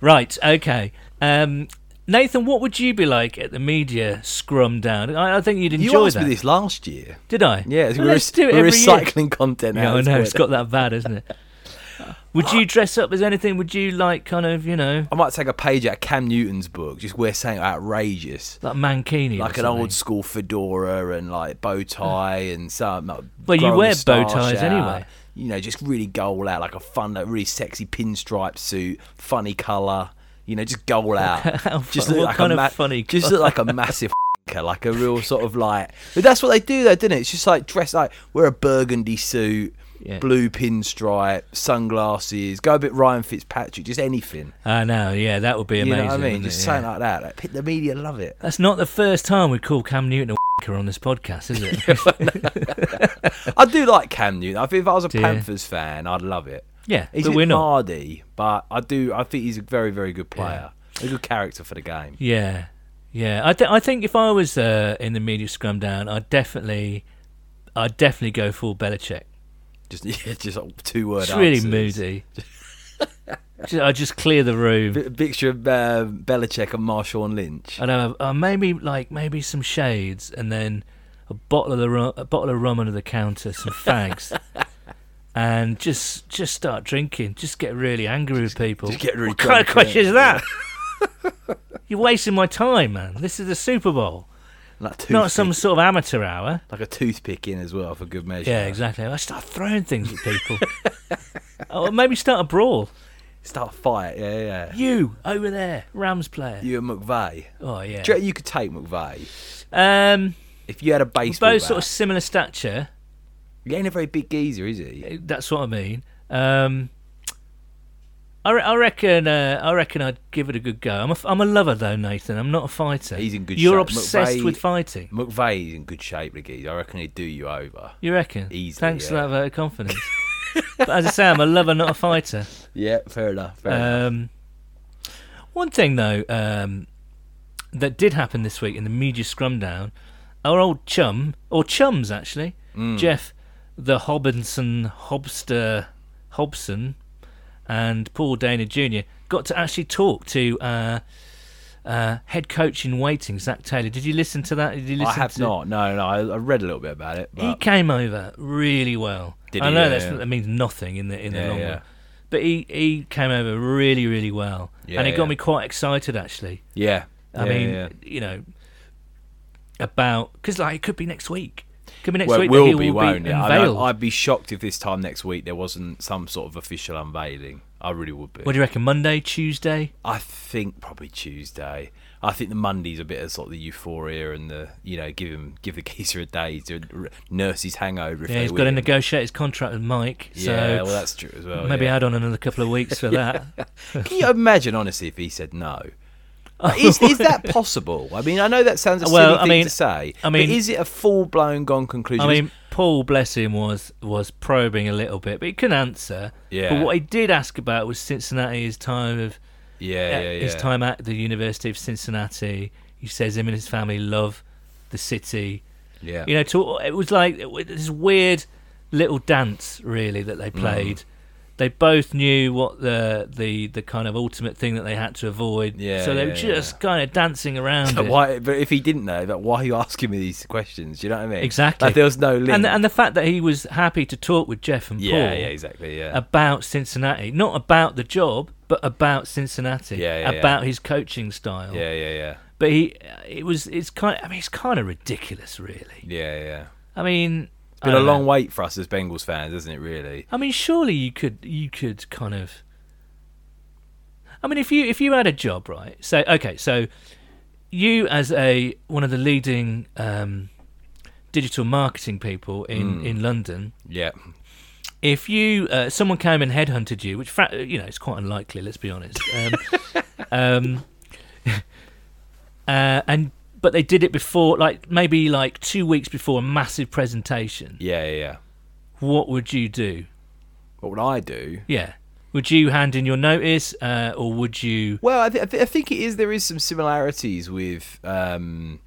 S2: Right. Okay. Um, Nathan, what would you be like at the media scrum down? I, I think you'd enjoy
S3: You asked
S2: that.
S3: me this last year.
S2: Did I?
S3: Yeah,
S2: Well,
S3: we we're,
S2: let's do
S3: we
S2: it
S3: we're
S2: every year.
S3: recycling content
S2: Yeah,
S3: now.
S2: I know
S3: It's
S2: it's got that bad, isn't it? Would you dress up as anything? Would you like kind of you know
S3: I might take a page out of Cam Newton's book, just wear something outrageous.
S2: like mankini, or
S3: Like an
S2: something?
S3: old school fedora and like bow tie and some. Like
S2: Well, you
S3: grow a
S2: wear bow
S3: moustache
S2: ties
S3: out.
S2: anyway.
S3: You know, just really goal out, like a fun, like really sexy pinstripe suit, funny colour. You know, just goal
S2: How
S3: out. just
S2: fun-
S3: look
S2: what
S3: like
S2: kind of
S3: a ma-
S2: funny
S3: Just look like a massive. like a real sort of like, but that's what they do though, didn't it? It's just like dress like wear a burgundy suit,
S2: Yeah.
S3: blue pinstripe, sunglasses, go a bit Ryan Fitzpatrick, just anything.
S2: I know. Yeah, that would be
S3: You
S2: amazing.
S3: know what I mean?
S2: wouldn't
S3: Just
S2: it?
S3: something
S2: Yeah.
S3: like that. Like, pe- the media love it.
S2: That's not the first time we call Cam Newton a wanker on this podcast, is it?
S3: I do like Cam Newton. I think if I was a
S2: Dear.
S3: Panthers fan, I'd love it.
S2: yeah,
S3: He's
S2: but
S3: a
S2: we're
S3: bit
S2: not.
S3: hardy, but I do. I think he's a very, very good player. A good character for the game.
S2: Yeah, yeah. I think I think if I was uh, in the media scrum down, I'd definitely, I'd definitely go full Belichick.
S3: Just, yeah, just like two word.
S2: It's really
S3: answers.
S2: moody. Ju- I just clear the room.
S3: Bi- Picture of uh, Belichick and Marshawn Lynch.
S2: I know. Uh, maybe like maybe some shades, and then a bottle of the rum, a bottle of rum under the counter, some fags, and just just start drinking. Just get really angry with people.
S3: just get really
S2: what kind
S3: drunk,
S2: of question
S3: yeah.
S2: is that? You're wasting my time, man. This is the Super Bowl,
S3: Like, toothpick,
S2: not some sort of amateur hour.
S3: like a toothpick in as well for good measure.
S2: Yeah, exactly. I start throwing things at people. or maybe start a brawl.
S3: Start a fight. Yeah, yeah.
S2: You over there, Rams player.
S3: You and McVeigh.
S2: Oh yeah.
S3: Do you reckon you could take McVeigh
S2: Um,
S3: if you had a
S2: we're
S3: baseball
S2: both sort
S3: bat?
S2: of similar stature.
S3: He ain't a very big geezer, is he?
S2: That's what I mean. Um, I, re- I reckon. Uh, I reckon I'd give it a good go. I'm a, f- I'm a lover though, Nathan. I'm not a fighter.
S3: He's in good
S2: You're
S3: shape.
S2: obsessed
S3: McVeigh-
S2: with fighting.
S3: McVeigh's in good shape, the geezer. I reckon he'd do you over.
S2: You reckon?
S3: Easily,
S2: Thanks for
S3: yeah.
S2: that vote of confidence. but as I say, I'm a lover, not a fighter.
S3: Yeah, fair enough. Fair enough.
S2: Um, one thing though um, that did happen this week in the media scrum down, our old chum or chums actually,
S3: Mm.
S2: Jeff, the Hobinson Hobster Hobson, and Paul Dana Jr. got to actually talk to. Uh, uh, head coach in waiting, Zach Taylor. Did you listen to that? Did you listen
S3: I have
S2: to-
S3: not. No, no. I, I read a little bit about it.
S2: he
S3: But
S2: came over really well.
S3: Did
S2: I
S3: he?
S2: know
S3: Yeah,
S2: that's,
S3: yeah.
S2: that means nothing in the in the
S3: Yeah,
S2: long
S3: yeah.
S2: run, but he, he came over really really well,
S3: Yeah,
S2: and it got
S3: yeah.
S2: me quite excited actually.
S3: yeah,
S2: I
S3: yeah,
S2: mean,
S3: yeah.
S2: you know, about because like it could be next week, could be next
S3: well,
S2: week
S3: it
S2: that he will
S3: will be, won't it? I
S2: unveiled.
S3: know- I'd be shocked if this time next week there wasn't some sort of official unveiling. I really would be.
S2: What do you reckon? Monday, Tuesday?
S3: I think probably Tuesday. I think the Monday's a bit of sort of the euphoria and the you know give him give the geezer a day to r- nurse his hangover. If
S2: Yeah,
S3: they
S2: he's got to
S3: win.
S2: negotiate his contract with Mike, so
S3: Yeah, well that's true as well.
S2: maybe
S3: yeah.
S2: add on another couple of weeks for that.
S3: Can you imagine, honestly, if he said no? Is, is that possible? I mean, I know that sounds a
S2: Well,
S3: silly
S2: I
S3: thing
S2: mean-
S3: to say.
S2: I mean-
S3: but is it a full blown gone
S2: I
S3: conclusion?
S2: mean, Paul, bless him, was was probing a little bit, but he couldn't answer.
S3: Yeah.
S2: But what he did ask about was Cincinnati's time of
S3: yeah, yeah, yeah.
S2: his time at the University of Cincinnati. He says him and his family love the city.
S3: Yeah,
S2: You know, to, it was like it was this weird little dance really that
S3: Mm.
S2: they played. They both knew what the, the the kind of ultimate thing that they had to avoid.
S3: Yeah,
S2: so they were
S3: yeah,
S2: just kind of dancing around. it.
S3: why? But if he didn't know, that why are you asking me these questions? Do you know what I mean?
S2: Exactly.
S3: Like there was no link.
S2: And the, and the fact that he was happy to talk with Jeff and
S3: yeah,
S2: Paul.
S3: yeah, exactly. Yeah,
S2: about Cincinnati, not about the job, but about Cincinnati,
S3: Yeah, yeah, yeah.
S2: about his coaching style.
S3: yeah, yeah, yeah,
S2: But he, it was, it's kind. I mean, it's kind of ridiculous, really.
S3: yeah, yeah.
S2: I mean,
S3: It's been
S2: I
S3: a
S2: don't
S3: long
S2: know.
S3: wait for us as Bengals fans, isn't it? Really?
S2: I mean, surely you could, you could kind of. I mean, if you if you had a job, right? So okay, so you as a one of the leading um, digital marketing people in
S3: Hmm.
S2: in London,
S3: Yeah,
S2: if you uh, someone came and headhunted you, which fra- you know it's quite unlikely, let's be honest. Um, um, uh, and but they did it before, like maybe like two weeks before a massive presentation.
S3: yeah, yeah. yeah.
S2: What would you do?
S3: What would I do?
S2: Yeah, would you hand in your notice, uh, or would you?
S3: Well, I, th- I, th- I think it is. There is some similarities with, um,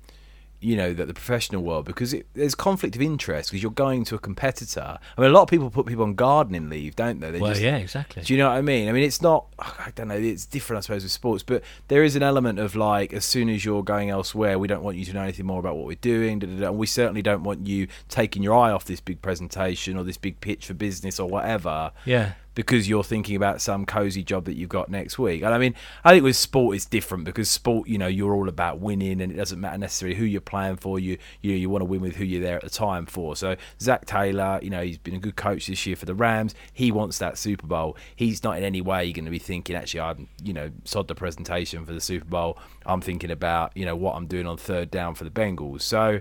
S3: you know, that the professional world because it, there's conflict of interest because you're going to a competitor. I mean, a lot of people put people on gardening leave, don't they? They
S2: Well,
S3: just-
S2: yeah, exactly.
S3: Do you know what I mean? I mean, it's not. I don't know. It's different, I suppose, with sports, but there is an element of like, as soon as you're going elsewhere, we don't want you to know anything more about what we're doing, da, da, da, and we certainly don't want you taking your eye off this big presentation or this big pitch for business or whatever
S2: yeah.
S3: because you're thinking about some cozy job that you've got next week. And I mean, I think with sport it's different because sport, you know, you're all about winning, and it doesn't matter necessarily who you're playing for. You you you want to win with who you're there at the time for. So Zach Taylor, you know, he's been a good coach this year for the Rams. He wants that Super Bowl. He's not in any way going to be thinking actually. I'm you know sod the presentation for the Super Bowl. I'm thinking about you know what I'm doing on third down for the Bengals. So.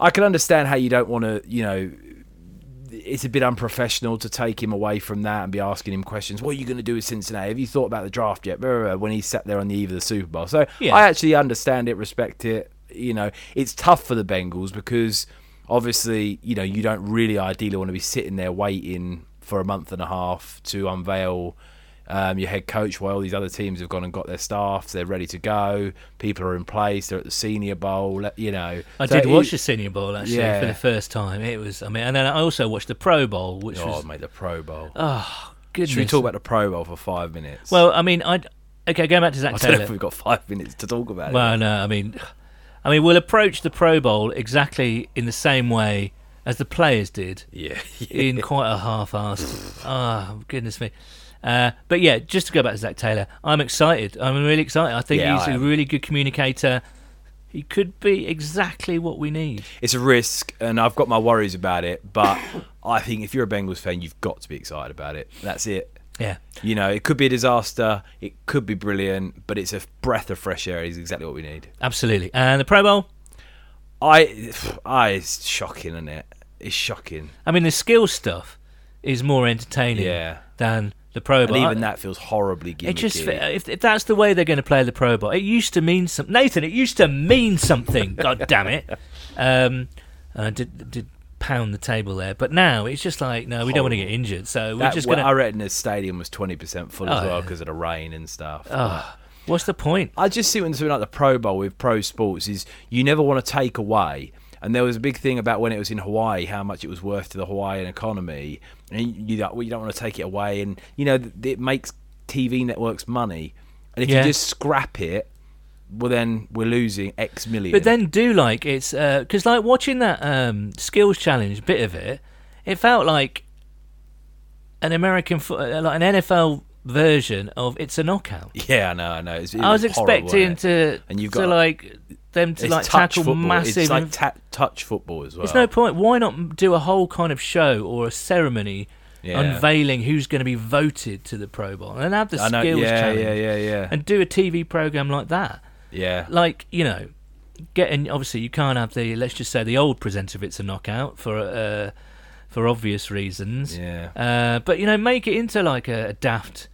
S3: I can understand how you don't want to, you know, it's a bit unprofessional to take him away from that and be asking him questions. What are you going to do with Cincinnati? Have you thought about the draft yet? Blah, blah, blah, When he sat there on the eve of the Super Bowl. So
S2: Yeah.
S3: I actually understand it, respect it. You know, it's tough for the Bengals because obviously, you know, you don't really ideally want to be sitting there waiting for a month and a half to unveil um, your head coach while all these other teams have gone and got their staffs. They're ready to go. People are in place. They're at the Senior Bowl. You know,
S2: I
S3: So
S2: did
S3: it-
S2: watch the Senior Bowl actually for
S3: Yeah.
S2: the first time. It was, I mean, and then I also watched the Pro Bowl, which
S3: Oh,
S2: was
S3: mate, the Pro Bowl.
S2: oh goodness.
S3: Should we talk about the Pro Bowl for five minutes?
S2: Well, I mean, I okay. Going back to Zach
S3: I don't know
S2: Taylor.
S3: if we've got five minutes to talk about it.
S2: Well, no, I mean, I mean, we'll approach the Pro Bowl exactly in the same way as the players did
S3: Yeah,
S2: in quite a half-assed. Ah, goodness me. Uh, but yeah, just to go back to Zach Taylor, I'm excited. I'm really excited. I think
S3: Yeah,
S2: he's
S3: I
S2: a
S3: am.
S2: really good communicator. He could be exactly what we need.
S3: it's a risk, and I've got my worries about it. But I think if you're a Bengals fan, you've got to be excited about it. That's it.
S2: Yeah.
S3: You know, it could be a disaster, it could be brilliant, but it's a breath of fresh air. It's exactly what we need.
S2: Absolutely. And the Pro Bowl,
S3: I, I, it's shocking, isn't it? It's shocking.
S2: I mean, the skill stuff is more entertaining
S3: Yeah.
S2: than the Pro
S3: And
S2: Bowl.
S3: even that feels horribly gimmicky.
S2: it just fe- if, if that's the way they're going to play the Pro Bowl, it used to mean something. Nathan, it used to mean something. God damn it! Um, and I did did pound the table there, but now it's just like no, we don't want to get injured, so we're
S3: That-
S2: just
S3: well,
S2: going
S3: I
S2: to.
S3: reckon the stadium was twenty percent full as
S2: Oh,
S3: well
S2: yeah. Oh,
S3: because of the rain and stuff.
S2: Ah, What's the point?
S3: I just see when something like the Pro Bowl with pro sports is you never want to take away. And there was a big thing about when it was in Hawaii, how much it was worth to the Hawaiian economy, and you don't, well, you don't want to take it away. And you know th- it makes TV networks money, and if
S2: Yeah.
S3: you just scrap it, well then we're losing X million.
S2: But then do like it's because like watching that um, skills challenge bit of it, it felt like an American fo- uh, like an NFL version of it's a knockout.
S3: yeah, I know, I know. It's- it
S2: I was
S3: horrible,
S2: expecting
S3: wasn't it?
S2: to
S3: And you've
S2: to
S3: got-
S2: like them to
S3: It's
S2: like
S3: touch
S2: tackle
S3: football.
S2: massive.
S3: It's like ta- touch football as well.
S2: There's no point. Why not do a whole kind of show or a ceremony
S3: Yeah.
S2: unveiling who's going to be voted to the Pro Bowl and have the
S3: I know.
S2: skills
S3: yeah,
S2: challenge
S3: yeah, yeah, yeah,
S2: and do a TV program like that.
S3: yeah.
S2: Like you know, getting obviously you can't have the let's just say the old presenter if it's a knockout for uh, for obvious reasons.
S3: Yeah.
S2: Uh, but you know, make it into like a, a daft,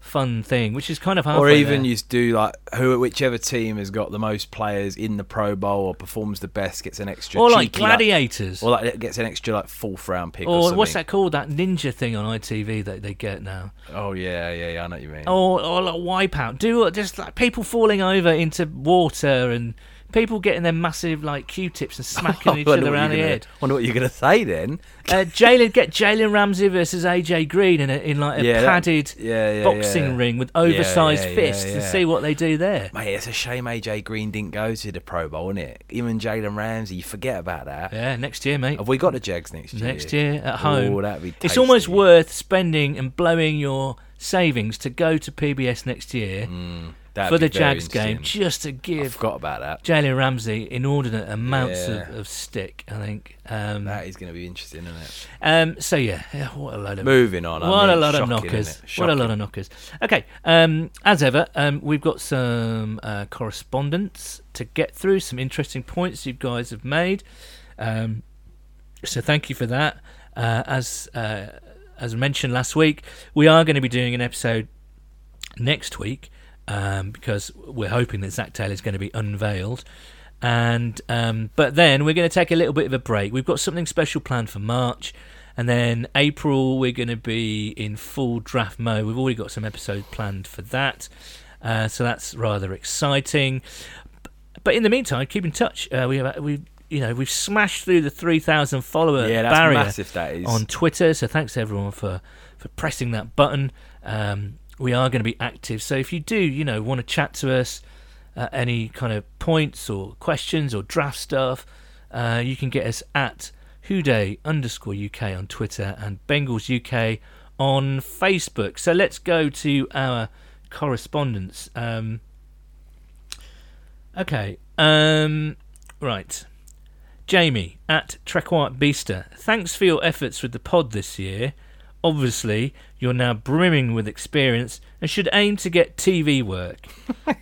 S2: fun thing, which is kind of halfway
S3: or even
S2: there.
S3: you just do like who whichever team has got the most players in the Pro Bowl or performs the best gets an extra
S2: or like
S3: cheeky, like-
S2: gladiators.
S3: or like gets an extra like fourth round pick or,
S2: Or
S3: something.
S2: what's that called? That ninja thing on ITV that they get now,
S3: Oh yeah, yeah, yeah, I know what you mean.
S2: or or like Wipeout. Do it- just like people falling over into water and people getting their massive like Q-tips and smacking each other
S3: wonder Oh, what
S2: around the
S3: you're gonna-
S2: head.
S3: Wonder what you're gonna say then.
S2: Uh, Jalen get Jalen Ramsey versus AJ Green in a, in like a
S3: Yeah, that-
S2: padded
S3: yeah, yeah,
S2: boxing
S3: yeah.
S2: ring with
S3: Yeah, yeah,
S2: oversized
S3: yeah,
S2: fists and
S3: yeah.
S2: see what they do there.
S3: Mate, it's a shame AJ Green didn't go to the Pro Bowl, isn't it? Even Jalen Ramsey, you forget about that.
S2: Yeah, next year, mate.
S3: Have we got the Jags next year?
S2: Next year at home.
S3: Oh, that'd be
S2: it's almost
S3: tasty.
S2: worth spending and blowing your savings to go to PBS next year
S3: That'd
S2: for
S3: be
S2: the
S3: very
S2: Jags game
S3: interesting.
S2: just to
S3: I
S2: give
S3: forgot about that.
S2: Jalen Ramsey inordinate amounts of,
S3: Yeah.
S2: of stick, I think. Um,
S3: That is going to be interesting, isn't it?
S2: um, so, yeah, yeah, what a load of.
S3: Moving on. I
S2: What a
S3: mean,
S2: lot of
S3: shocking,
S2: knockers.
S3: innit?
S2: What a
S3: Shocking.
S2: lot of knockers. Okay, um, as ever, um, we've got some uh, correspondence to get through, some interesting points you guys have made. Um, so thank you for that. Uh, as uh, as mentioned last week, we are going to be doing an episode next week um, because we're hoping that Zach Taylor is going to be unveiled. And um, but then we're going to take a little bit of a break. We've got something special planned for March, and then April we're going to be in full draft mode. We've already got some episodes planned for that, uh, so that's rather exciting. But in the meantime, keep in touch. Uh, we have we you know we've smashed through the three thousand follower
S3: Yeah, that's
S2: barrier
S3: massive, that is.
S2: on Twitter. So thanks everyone for for pressing that button. Um, we are going to be active. So if you do you know want to chat to us, uh, any kind of points or questions or draft stuff, uh, you can get us at Houday underscore UK on Twitter and Bengals UK on Facebook. So let's go to our correspondence. Um, okay. Um, right. Jamie at Trequart Beaster. Thanks for your efforts with the pod this year. Obviously, you're now brimming with experience and should aim to get TV work.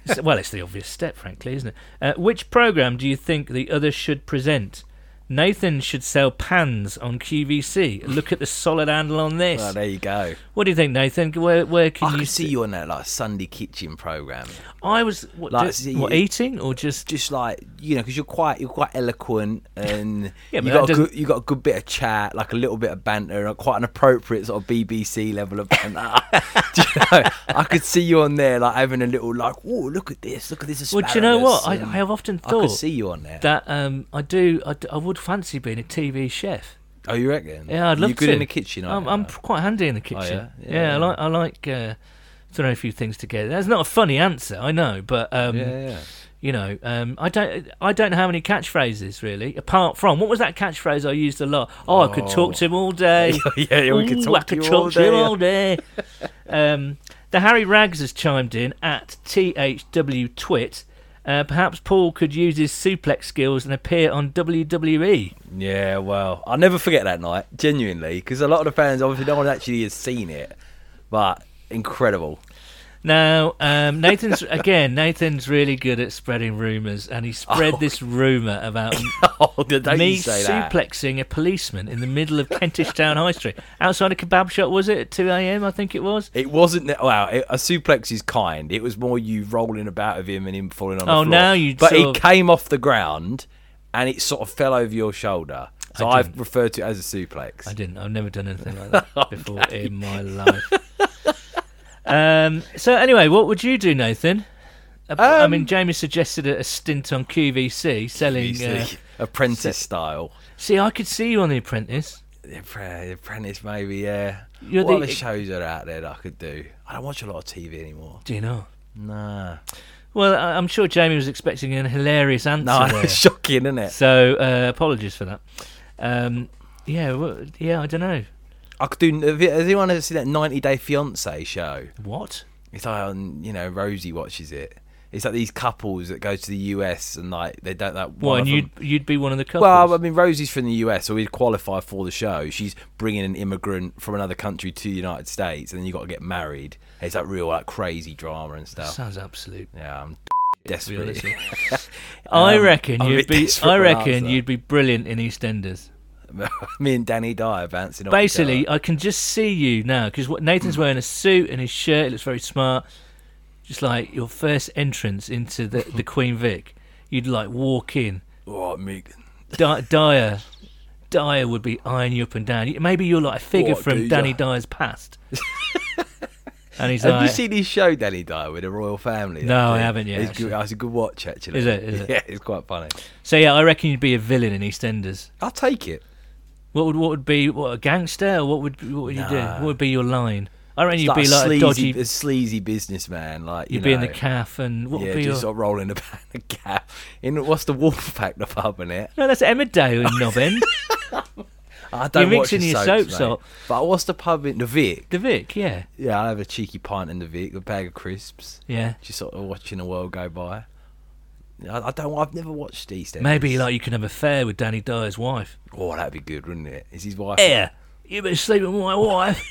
S2: So- well, it's the obvious step, frankly, isn't it? Uh, which program do you think the other should present? Nathan should sell pans on QVC. Look at the solid handle on this.
S3: Well, there you go.
S2: what do you think, Nathan? Where, where can
S3: I
S2: you
S3: could see you on that like Sunday kitchen program,
S2: I was what,
S3: Like,
S2: just-
S3: see,
S2: what,
S3: you-
S2: eating or just
S3: just like you know, because you're quite you're quite eloquent and
S2: Yeah, but
S3: you
S2: that
S3: got a
S2: doesn't-
S3: good, you got a good bit of chat, like a little bit of banter, and quite an appropriate sort of BBC level of banter. Do you know, I could see you on there like having a little like, oh look at this, look at this
S2: Well,
S3: asparagus.
S2: do you know what? I,
S3: and
S2: I have often
S3: I
S2: thought
S3: could see you on there.
S2: that um, I do. I, d- I would fancy being a TV chef.
S3: oh, you reckon?
S2: Yeah, I'd love
S3: you good
S2: to.
S3: in the kitchen. I
S2: I'm, I'm
S3: heard.
S2: p- quite handy in the kitchen.
S3: Oh,
S2: yeah?
S3: yeah? Yeah.
S2: I like I like uh, throwing a few things together. That's not a funny answer, I know, but um,
S3: yeah, yeah.
S2: you know, um, I don't I don't have any catchphrases really. Apart from what was that catchphrase I used a lot? Oh, I could talk to him all day.
S3: yeah, yeah, we could
S2: Ooh,
S3: talk
S2: I
S3: to
S2: could
S3: you
S2: talk
S3: all
S2: to him
S3: day.
S2: all day. um, the Harry Rags has chimed in at THW Twit. Uh, perhaps Paul could use his suplex skills and appear on E. WWE.
S3: Yeah, well, I'll never forget that night, genuinely, because a lot of the fans, obviously, no one actually has seen it, but incredible.
S2: Now, um, Nathan's again. Nathan's really good at spreading rumours, and he spread this rumour about
S3: Oh, did
S2: me suplexing a policeman in the middle of Kentish Town High Street outside a kebab shop. Was it at two a.m.? I think it was.
S3: It wasn't that. Wow, it, a suplex is kind. It was more you rolling about with him and him falling on the
S2: Oh,
S3: floor.
S2: now you
S3: But
S2: sort
S3: it
S2: of-
S3: came off the ground, and it sort of fell over your shoulder. So
S2: I
S3: I've
S2: didn't.
S3: referred to it as a suplex.
S2: I didn't. I've never done anything like that before in my life. um, so anyway, what would you do, Nathan? Ap- I mean, Jamie suggested a, a stint on QVC selling.
S3: You
S2: Uh,
S3: see, apprentice style.
S2: see, I could see you on The Apprentice.
S3: The appre- the Apprentice, maybe. Yeah.
S2: You're
S3: what
S2: the- e-,
S3: other shows are out there that I could do? I don't watch a lot of TV anymore.
S2: Do you know?
S3: Nah.
S2: Well, I- I'm sure Jamie was expecting a hilarious answer.
S3: No,
S2: there.
S3: it's shocking, isn't it?
S2: So uh, apologies for that. Um, yeah, wha- yeah, I don't know
S3: I could do. Has anyone ever seen that 90 Day Fiance show?
S2: what.
S3: It's like on, you know, Rosie watches it. It's like these couples that go to the US and like they don't like.
S2: Well,
S3: one
S2: and
S3: of
S2: you'd
S3: them-
S2: you'd be one of the couples.
S3: Well, I mean, Rosie's from the US, so we'd qualify for the show. She's bringing an immigrant from another country to the United States, and then you got to get married. It's like real, like crazy drama and stuff.
S2: sounds absolute.
S3: yeah, I'm
S2: to be honest
S3: desperate.
S2: with you. I
S3: Um,
S2: reckon
S3: I'm a
S2: you'd
S3: bit
S2: be.
S3: desperate
S2: I
S3: for an
S2: reckon
S3: answer.
S2: you'd be brilliant in EastEnders.
S3: Me and Danny Dyer bouncing off each
S2: Basically,
S3: other.
S2: I can just see you now because what Nathan's
S3: Mm.
S2: wearing a suit and his shirt. It looks very smart. Just like your first entrance into the the Queen Vic, you'd like walk in.
S3: All right, Megan.
S2: Di- Dyer, Dyer would be eyeing you up and down. Maybe you're like a figure
S3: What,
S2: from
S3: geezer?
S2: Danny Dyer's past. and he's
S3: Have
S2: like,
S3: you seen his show, Danny Dyer, with the royal family?
S2: No, I
S3: Actually,
S2: haven't yet,
S3: It's, good, it's a good watch, actually.
S2: Is it? Is it?
S3: Yeah, it's quite funny.
S2: so yeah, I reckon you'd be a villain in EastEnders.
S3: I'll take it.
S2: What would what would be what a gangster? Or what would what would you do?
S3: Nah.
S2: What would be your line? I reckon
S3: It's
S2: you'd be
S3: a
S2: like
S3: sleazy,
S2: a dodgy.
S3: a sleazy businessman. Like you
S2: you'd be in the
S3: know.
S2: calf, and what
S3: yeah,
S2: would be your?
S3: just sort of rolling about the gap. In what's the wolf pack the pub in it?
S2: No, that's Emmerdale in Knob End.
S3: I don't watch
S2: mixing
S3: his
S2: your
S3: soaps,
S2: soaps
S3: mate.
S2: up.
S3: But what's the pub in the Vic?
S2: the Vic, yeah,
S3: Yeah, I have a cheeky pint in the Vic, a bag of crisps.
S2: yeah.
S3: Just sort of watching the world go by. I, I don't. I've never watched EastEnders.
S2: Maybe like you can have an affair with Danny Dyer's wife.
S3: Oh, that'd be good, wouldn't it? Is his wife?
S2: Yeah, you've been sleeping with my wife,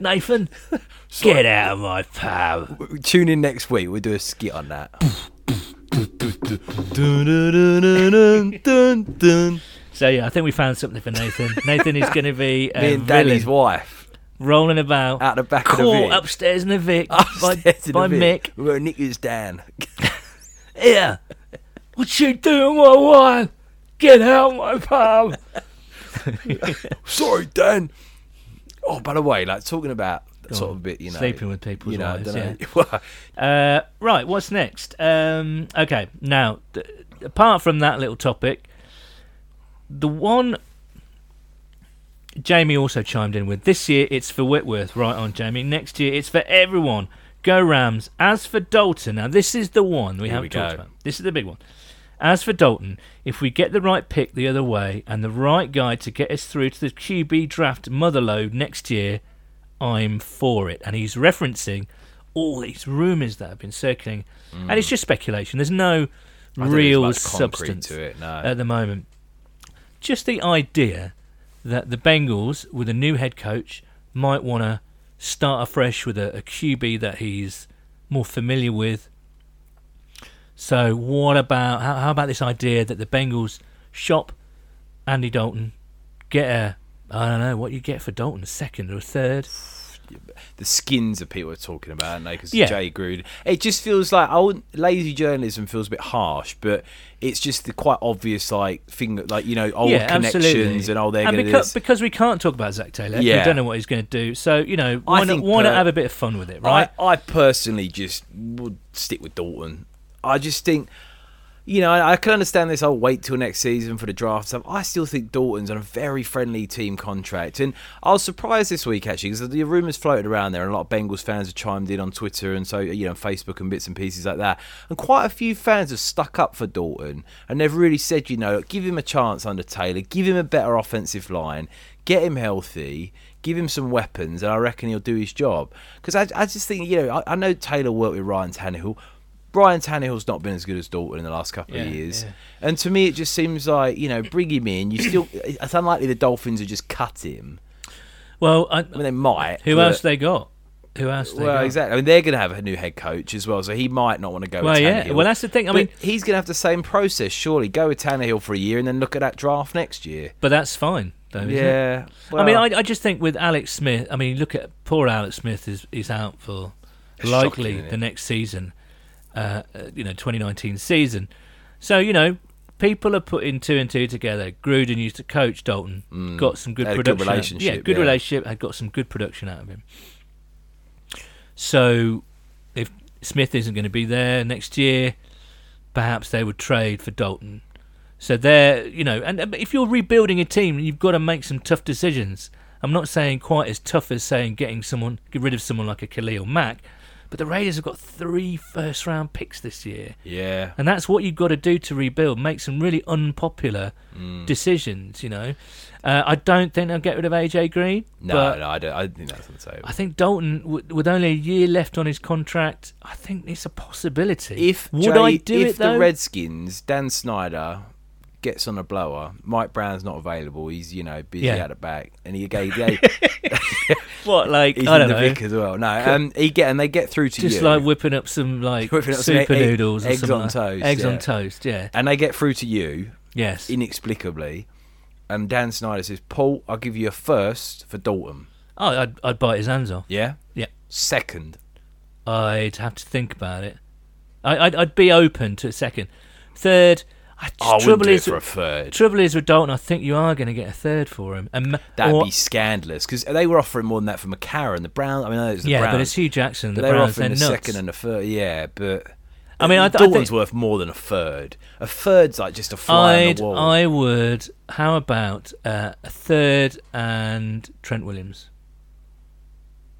S2: Nathan. Get out of my pub.
S3: Tune in next week. We'll do a skit on that. Dun, dun, dun, dun, dun, dun.
S2: So yeah, I think we found something for Nathan. Nathan is going to be
S3: Me
S2: a
S3: and Danny's
S2: villain,
S3: wife
S2: rolling about,
S3: out the back of the
S2: caught
S3: Vic.
S2: upstairs in the Vic by,
S3: Upstairs in
S2: by
S3: the
S2: Mick.
S3: Vic. Well, Nick is Dan.
S2: Yeah, what you doing, my wife? Get out, my pal.
S3: Sorry, Dan. Oh, by the way, like talking about sort
S2: on.
S3: of a bit, you know,
S2: Sleeping with people's
S3: you know, I
S2: wives,
S3: don't know. Well,
S2: Uh, right, what's next? Um, okay, now, th- apart from that little topic, the one Jamie also chimed in with this year it's for Whitworth. Right on, Jamie. Next year it's for everyone. Go Rams. As for Dalton, now this is the one we
S3: Here
S2: haven't
S3: we
S2: talked
S3: go.
S2: about. This is the big one. As for Dalton, if we get the right pick the other way and the right guy to get us through to the QB draft motherlode next year, I'm for it. And he's referencing all these rumours that have been circling, and it's just speculation. There's no
S3: Hmm. I don't think there's
S2: real
S3: much concrete
S2: substance
S3: to it. No,
S2: at the moment. Just the idea that the Bengals, with a new head coach, might want to start afresh with a, a QB that he's more familiar with. So, what about how, how about this idea that the Bengals shop Andy Dalton, get a I don't know what you get for Dalton, a second or a third?
S3: the skins of people are talking about, aren't they? Because
S2: Yeah.
S3: Jay Gruden, it just feels like I wouldn't, lazy journalism feels a bit harsh, but it's just the quite obvious like thing, that, like you know, old connections and oh, they're
S2: and
S3: going to do
S2: because,
S3: this.
S2: because we can't talk about Zach Taylor, we
S3: Yeah.
S2: don't know what he's going to do. So you know, why not,
S3: think
S2: why not
S3: per-
S2: have a bit of fun with it, right?
S3: I, I personally just would stick with Dalton. I just think, you know, I, I can understand this. I'll wait till next season for the draft stuff. I still think Dalton's on a very friendly team contract, and I was surprised this week actually because the rumours floated around there, and a lot of Bengals fans have chimed in on Twitter and so you know Facebook and bits and pieces like that. And quite a few fans have stuck up for Dalton, and they've really said, you know, give him a chance under Taylor, give him a better offensive line, get him healthy, give him some weapons, and I reckon he'll do his job. Because I, I just think, you know, I, I know Taylor worked with Ryan Tannehill. Ryan Tannehill's not been as good as Dalton in the last couple
S2: Yeah,
S3: of years.
S2: yeah.
S3: And to me, it just seems like, you know, bring him in. You still, it's unlikely the Dolphins would just cut him.
S2: well, I,
S3: I mean, they might.
S2: Who
S3: but-
S2: else they got? Who else they
S3: Well,
S2: got?
S3: exactly. I mean, they're going to have a new head coach as well, so he might not want to go
S2: Well,
S3: with
S2: yeah.
S3: Tannehill.
S2: Well, that's the thing. I
S3: But
S2: mean-
S3: he's going to have the same process, surely. Go with Tannehill for a year and then look at that draft next year.
S2: But that's fine, though. Isn't it?
S3: Yeah.
S2: I mean,
S3: well-
S2: I, I just think with Alex Smith, I mean, look at poor Alex Smith is is out for
S3: It's
S2: likely
S3: shocking, isn't
S2: the
S3: it?
S2: next season, uh, uh, you know, 2019 season. So you know, people are putting two and two together. Gruden used to coach Dalton, got some good
S3: Mm. Had a
S2: production. out-
S3: good
S2: yeah,
S3: relationship,
S2: good
S3: yeah.
S2: relationship. Had got some good production out of him. So, if Smith isn't going to be there next year, perhaps they would trade for Dalton. So they're, you know, and uh, if you're rebuilding a team, you've got to make some tough decisions. I'm not saying quite as tough as saying getting someone, get rid of someone like a Khalil Mack, but the Raiders have got three first round picks this year.
S3: yeah.
S2: And that's what you've got to do to rebuild, make some really unpopular
S3: Mm.
S2: decisions, you know. Uh, I don't think they'll get rid of AJ Green.
S3: No,
S2: but
S3: no, I don't. I think that's on the table.
S2: I think Dalton, w- with only a year left on his contract, I think it's a possibility.
S3: If
S2: would
S3: Jay-
S2: I do
S3: if
S2: it though?
S3: the Redskins, Dan Snyder gets on a blower, Mike Brown's not available. He's you know busy
S2: Yeah.
S3: at the back, and he gave. He,
S2: what like
S3: he's
S2: I
S3: in
S2: don't
S3: the
S2: know.
S3: Vic as well. No, um, he get and they get through to
S2: Just
S3: you.
S2: like whipping up some like
S3: Whipping up some
S2: super
S3: egg- egg-
S2: noodles or
S3: eggs
S2: something
S3: on
S2: like-
S3: toast,
S2: Eggs on
S3: yeah.
S2: toast, yeah.
S3: and they get through to you
S2: Yes.
S3: inexplicably. And Dan Snyder says, "Paul, I'll give you a first for Dalton.
S2: Oh, I'd, I'd bite his hands off.
S3: Yeah,
S2: Yeah.
S3: Second,
S2: I'd have to think about it. I, I'd, I'd be open to a second. Third, I,
S3: I wouldn't
S2: trouble
S3: do it
S2: is
S3: for a third.
S2: trouble is with Dalton. I think you are going to get a third for him. And m-
S3: That'd
S2: or-
S3: be scandalous because they were offering more than that for McCarron, the Brown. I mean, I know it's the
S2: yeah,
S3: Browns.
S2: but it's Hugh Jackson. The
S3: they were
S2: Browns,
S3: offering
S2: they're
S3: a
S2: nuts.
S3: second and a third. Yeah, but
S2: I mean, I- I
S3: Dalton's
S2: think-
S3: worth more than a third. A third's like just a fly on
S2: I'd,
S3: the wall.
S2: I would. How about uh, a third and Trent Williams?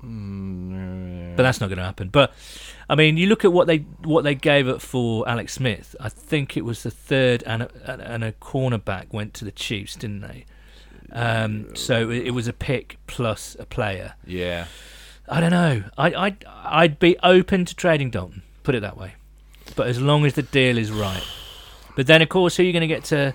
S3: Mm,
S2: But that's not going to happen. But I mean, you look at what they what they gave up for Alex Smith. I think it was the third and a, and- and a cornerback went to the Chiefs, didn't they? Um, so it it was a pick plus a player.
S3: yeah,
S2: I don't know. I I I'd be open to trading Dalton. Put it that way. But as long as the deal is right. But then, of course, who are you going to get to?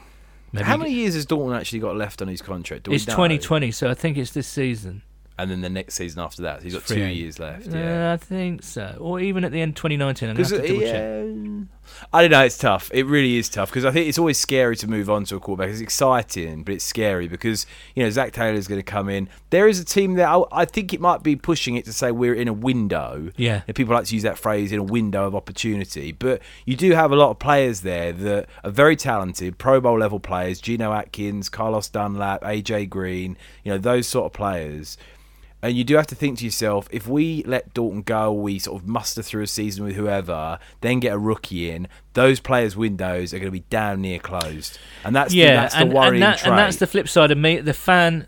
S2: Maybe
S3: how
S2: you
S3: many years has Dalton actually got left on his contract? Do we
S2: It's
S3: know?
S2: 2020, so I think it's this season.
S3: and then the next season after that, so he's got
S2: Free
S3: two
S2: agent.
S3: years left. Yeah.
S2: Uh, I think so. Or even at the end of 2019. I'm going to have to double check.
S3: yeah, I don't know. It's tough. It really is tough because I think it's always scary to move on to a quarterback. It's exciting, but it's scary because you know Zach Taylor's going to come in. There is a team that I, I think it might be pushing it to say we're in a window.
S2: Yeah.
S3: And people like to use that phrase in a window of opportunity. But you do have a lot of players there that are very talented, Pro Bowl level players, Geno Atkins, Carlos Dunlap, AJ Green, you know, those sort of players. And you do have to think to yourself, if we let Dalton go, we sort of muster through a season with whoever, then get a rookie in, those players' windows are going to be damn near closed. And that's, the,
S2: yeah,
S3: that's
S2: and,
S3: the worrying
S2: and, that,
S3: trait.
S2: and that's the flip side of me. The fan,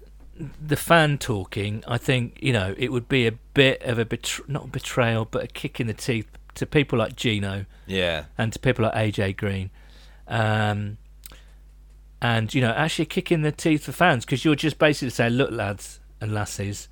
S2: the fan talking. I think you know it would be a bit of a betr not betrayal, but a kick in the teeth to people like Gino
S3: yeah.
S2: and to people like AJ Green, um, and you know actually a kick in the teeth for fans because you're just basically saying, look, lads and lasses,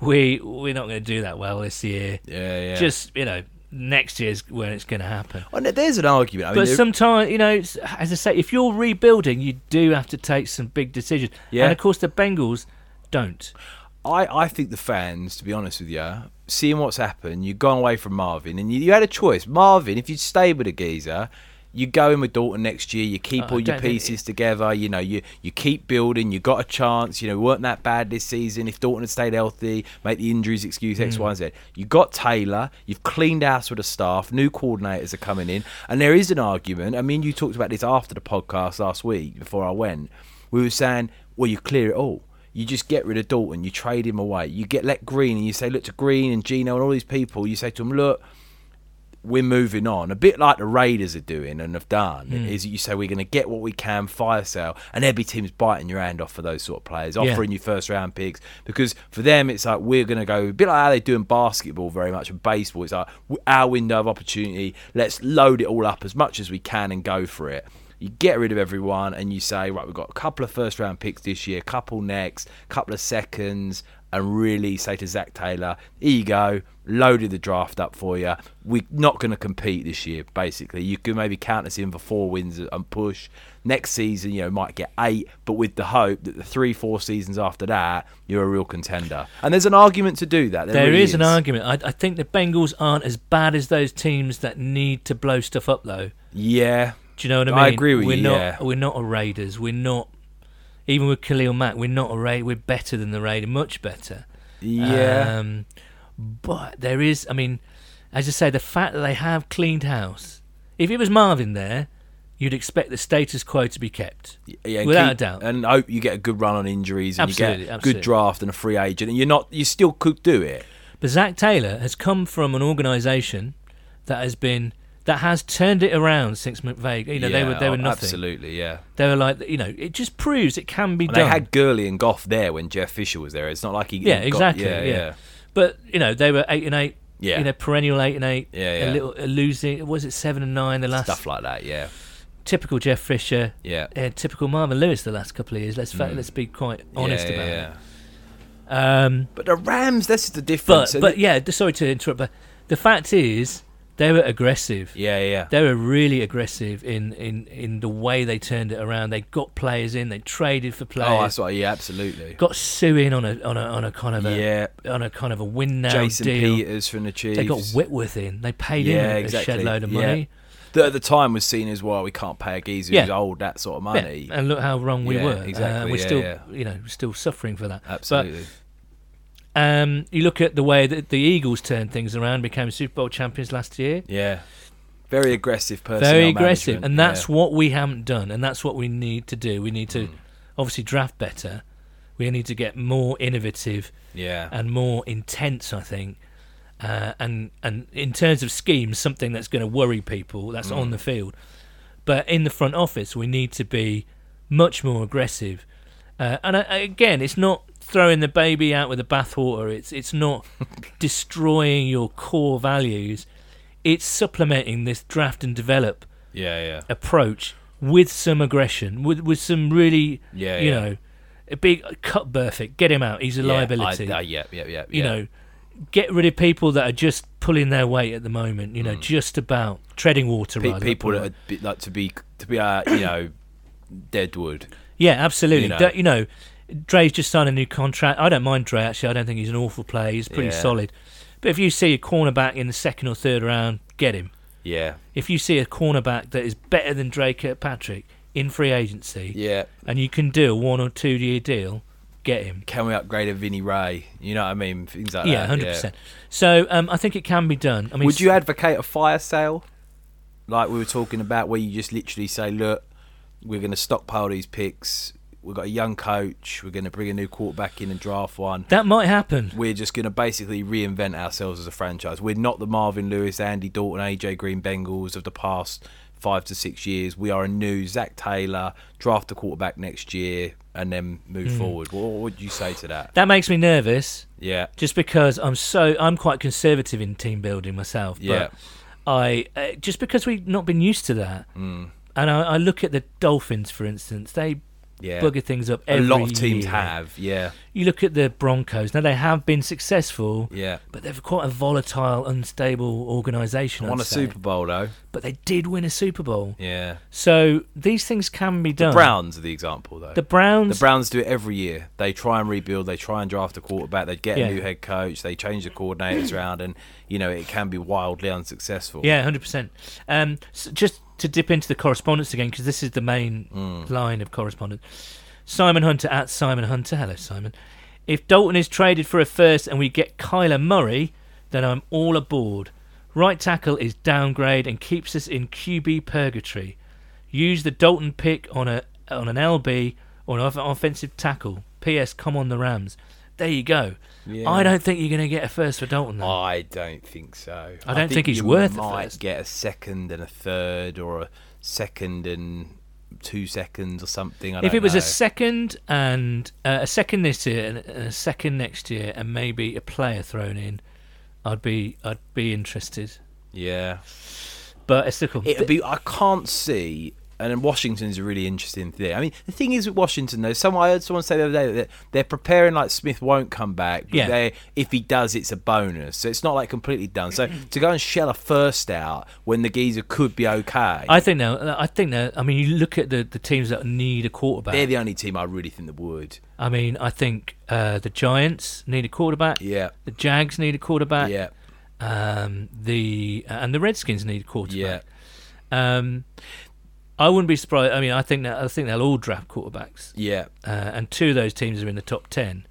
S2: we we're not going to do that well this year.
S3: Yeah, yeah.
S2: Just you know, next year's when it's going to happen.
S3: Well, no, there's an argument. I mean,
S2: But
S3: there-
S2: sometimes, you know, it's- as I say, if you're rebuilding, you do have to take some big decisions.
S3: Yeah.
S2: And of course, the Bengals don't.
S3: I, I think the fans, to be honest with you, seeing what's happened, you've gone away from Marvin and you, you had a choice. Marvin, if you'd stayed with a geezer, you go in with Dalton next year, you keep
S2: Uh, I
S3: all your
S2: don't think-
S3: pieces together, you know, you, you keep building, you got a chance, you know, we weren't that bad this season. If Dalton had stayed healthy, make the injuries excuse X, Y, and Z. You got Taylor, you've cleaned house with the staff, new coordinators are coming in, and there is an argument. I mean, you talked about this after the podcast last week before I went. We were saying, well, you clear it all. You just get rid of Dalton. You trade him away. You get let Green, and you say, look to Green and Gino and all these people. You say to them, look, we're moving on. A bit like the Raiders are doing and have done is you say we're going to get what we can, fire sale, and every team's biting your hand off for those sort of players,
S2: Yeah.
S3: offering you first round picks because for them it's like we're going to go a bit like how they do in basketball very much and baseball. It's like w- our window of opportunity. Let's load it all up as much as we can and go for it. You get rid of everyone and you say right, we've got a couple of first round picks this year, couple next, couple of seconds, and really say to Zach Taylor, here you go, loaded the draft up for you. We're not going to compete this year, basically. You can maybe count us in for four wins and push. Next season, you know, might get eight, but with the hope that the three, four seasons after that, you're a real contender. And there's an argument to do that. There,
S2: There
S3: really
S2: is an argument. I, I think the Bengals aren't as bad as those teams that need to blow stuff up, though.
S3: Yeah.
S2: Do you know what I mean?
S3: I agree with
S2: we're
S3: you,
S2: Not,
S3: yeah.
S2: We're not a Raiders. We're not, even with Khalil Mack, we're not a Raid. We're better than the Raider, much better.
S3: Yeah.
S2: Um, but there is, I mean, as I say, the fact that they have cleaned house. If it was Marvin there, you'd expect the status quo to be kept.
S3: yeah, and
S2: without
S3: keep-
S2: a doubt.
S3: And hope you get a good run on injuries and you
S2: Absolutely,
S3: get a
S2: absolutely.
S3: good draft and a free agent. And you're not, you still could do it.
S2: But Zach Taylor has come from an organisation that has been that has turned it around since McVeigh. You know, they were they
S3: oh,
S2: were nothing.
S3: Absolutely, yeah.
S2: They were like you know, it just proves it can be
S3: And
S2: done.
S3: they had Gurley and Goff there when Jeff Fisher was there. It's not like he
S2: yeah,
S3: got-
S2: exactly.
S3: yeah, yeah.
S2: But you know, they were eight and eight.
S3: Yeah.
S2: You know, perennial eight and eight.
S3: Yeah,
S2: A
S3: yeah.
S2: little a losing. Was it seven and nine? The last
S3: stuff like that. Yeah,
S2: typical Jeff Fisher.
S3: yeah.
S2: uh, typical Marvin Lewis the last couple of years. Let's fa- let's be quite honest
S3: Mm. Yeah, yeah,
S2: about
S3: yeah.
S2: it. Um,
S3: But the Rams, this is the difference.
S2: but
S3: and
S2: but
S3: it-
S2: yeah, th- sorry to interrupt, but the fact is they were aggressive.
S3: yeah, yeah,
S2: They were really aggressive in, in, in the way they turned it around. They got players in. They traded for
S3: Oh,
S2: players.
S3: that's right. Yeah, absolutely.
S2: got Sue in on a on a on a kind of a
S3: Yeah,
S2: on a kind of a win now
S3: Jason
S2: deal.
S3: Peters from the Chiefs.
S2: They got Whitworth in. They paid him
S3: Yeah,
S2: a
S3: exactly.
S2: shed load of
S3: Yeah.
S2: money.
S3: that at the time was seen as well. We can't pay a geezer who's
S2: Yeah.
S3: old that sort of
S2: Yeah,
S3: money.
S2: and look how wrong we
S3: Yeah,
S2: were. Uh,
S3: exactly,
S2: we're
S3: yeah,
S2: still,
S3: yeah.
S2: you know, still suffering for that. But
S3: Absolutely.
S2: Um, you look at the way that the Eagles turned things around, became Super Bowl champions last year.
S3: yeah, very aggressive person.
S2: Very aggressive, and that's what we haven't done, and that's what we need to do. We need to
S3: Hmm.
S2: obviously draft better. We need to get more innovative
S3: yeah.
S2: and more intense, I think. Uh, and and in terms of schemes, something that's going to worry people that's
S3: Mm.
S2: on the field. But in the front office, we need to be much more aggressive. Uh, and I, I- again, it's not throwing the baby out with the bathwater. It's it's not destroying your core values. It's supplementing this draft and develop
S3: yeah, yeah, yeah.
S2: approach with some aggression, with with some really,
S3: Yeah,
S2: you
S3: yeah.
S2: know, a big cut Burfict, get him out. He's a liability
S3: I, I, yeah, yeah, yeah.
S2: you know, get rid of people that are just pulling their weight at the moment. You know, just about treading water.
S3: Mm. Pe-
S2: rather,
S3: people
S2: than
S3: that
S2: pulling-
S3: are, bi- like to be to be uh, you know deadwood.
S2: yeah, absolutely.
S3: you know.
S2: Don't- You know. Dre's just signed a new contract. I don't mind Dre actually. I don't think he's an awful player. He's pretty
S3: Yeah.
S2: solid. But if you see a cornerback in the second or third round, get him.
S3: Yeah,
S2: If you see a cornerback that is better than Dre Kirkpatrick in free agency,
S3: yeah.
S2: and you can do a one or two year deal, get him.
S3: Can we upgrade a Vinny Ray? You know what I mean? Things like
S2: yeah,
S3: that.
S2: hundred percent. So um, I think it can be done. I mean,
S3: Would you advocate a fire sale, like we were talking about, where you just literally say, "Look, we're going to stockpile these picks. We've got a young coach. We're going to bring a new quarterback in and draft one.
S2: That might happen.
S3: We're just going to basically reinvent ourselves as a franchise. We're not the Marvin Lewis, Andy Dalton, AJ Green Bengals of the past five to six years. We are a new Zach Taylor, draft a quarterback next year, and then move
S2: Mm.
S3: forward. What, what would you say to that?
S2: That makes me nervous.
S3: Yeah.
S2: just because I'm so I'm quite conservative in team building myself.
S3: Yeah.
S2: But I uh, just because we've not been used to that,
S3: Mm.
S2: and I, I look at the Dolphins, for instance, they
S3: Yeah.
S2: bugger things up.
S3: a
S2: Every
S3: lot of teams
S2: year.
S3: have. Yeah.
S2: You look at the Broncos. Now they have been successful,
S3: Yeah.
S2: but they're quite a volatile, unstable organisation.
S3: Won
S2: I'd
S3: a
S2: say.
S3: Super Bowl though.
S2: but they did win a Super Bowl,
S3: Yeah.
S2: so these things can be done.
S3: Browns are the example though.
S2: the Browns,
S3: The Browns do it every year. They try and rebuild. They try and draft a quarterback. They get
S2: Yeah.
S3: a new head coach. They change the coordinators around, and you know it can be wildly unsuccessful.
S2: Yeah, hundred percent. Um, s just to dip into the correspondence again, because this is the main line of correspondence. Simon Hunter at Simon Hunter. Hello, Simon. If Dalton is traded for a first and we get Kyler Murray, then I'm all aboard. Right tackle is downgrade and keeps us in QB purgatory. Use the Dalton pick on a on an LB or an off- offensive tackle. P.S. Come on the Rams. There you go.
S3: Yeah. Oh,
S2: I don't think you're going to get a first for Dalton. Though.
S3: I don't think so.
S2: I don't think he's
S3: you
S2: worth a
S3: Might
S2: first.
S3: get a second and a third, or a second and two seconds, or something. I
S2: if
S3: don't
S2: it was
S3: know.
S2: a second and uh, a second this year and and a second next year and maybe a player thrown in, I'd be I'd be interested.
S3: yeah,
S2: But it's difficult.
S3: It'd be. I can't see. And then Washington's a really interesting thing. I mean, the thing is with Washington, though, someone I heard someone say the other day that they're preparing like Smith won't come back. But
S2: Yeah.
S3: they If he does, it's a bonus. So it's not like completely done. So to go and shell a first out when the geezer could be okay,
S2: I think now. I think now. I mean, you look at the, the teams that need a quarterback.
S3: they're the only team I really think that would.
S2: I mean, I think uh, the Giants need a quarterback.
S3: Yeah.
S2: The Jags need a quarterback.
S3: Yeah.
S2: Um, the and the Redskins need a
S3: Yeah.
S2: quarterback. Um, I wouldn't be surprised. I mean, I think that I think they'll all draft quarterbacks.
S3: Yeah.
S2: uh, and two of those teams are in the top ten.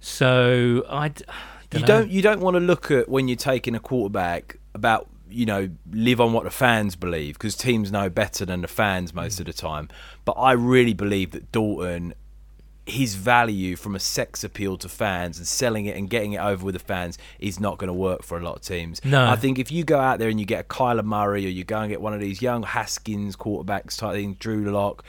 S2: So I d-
S3: you
S2: dunno.
S3: don't you don't want to look at when you're taking a quarterback about you know live on what the fans believe because teams know better than the fans most of the time but i really believe that dalton his value from a sex appeal to fans and selling it and getting it over with the fans is not going to work for a lot of teams.
S2: No.
S3: I think if you go out there and you get a Kyler Murray or you go and get one of these young Haskins quarterbacks type thing, Drew Lock,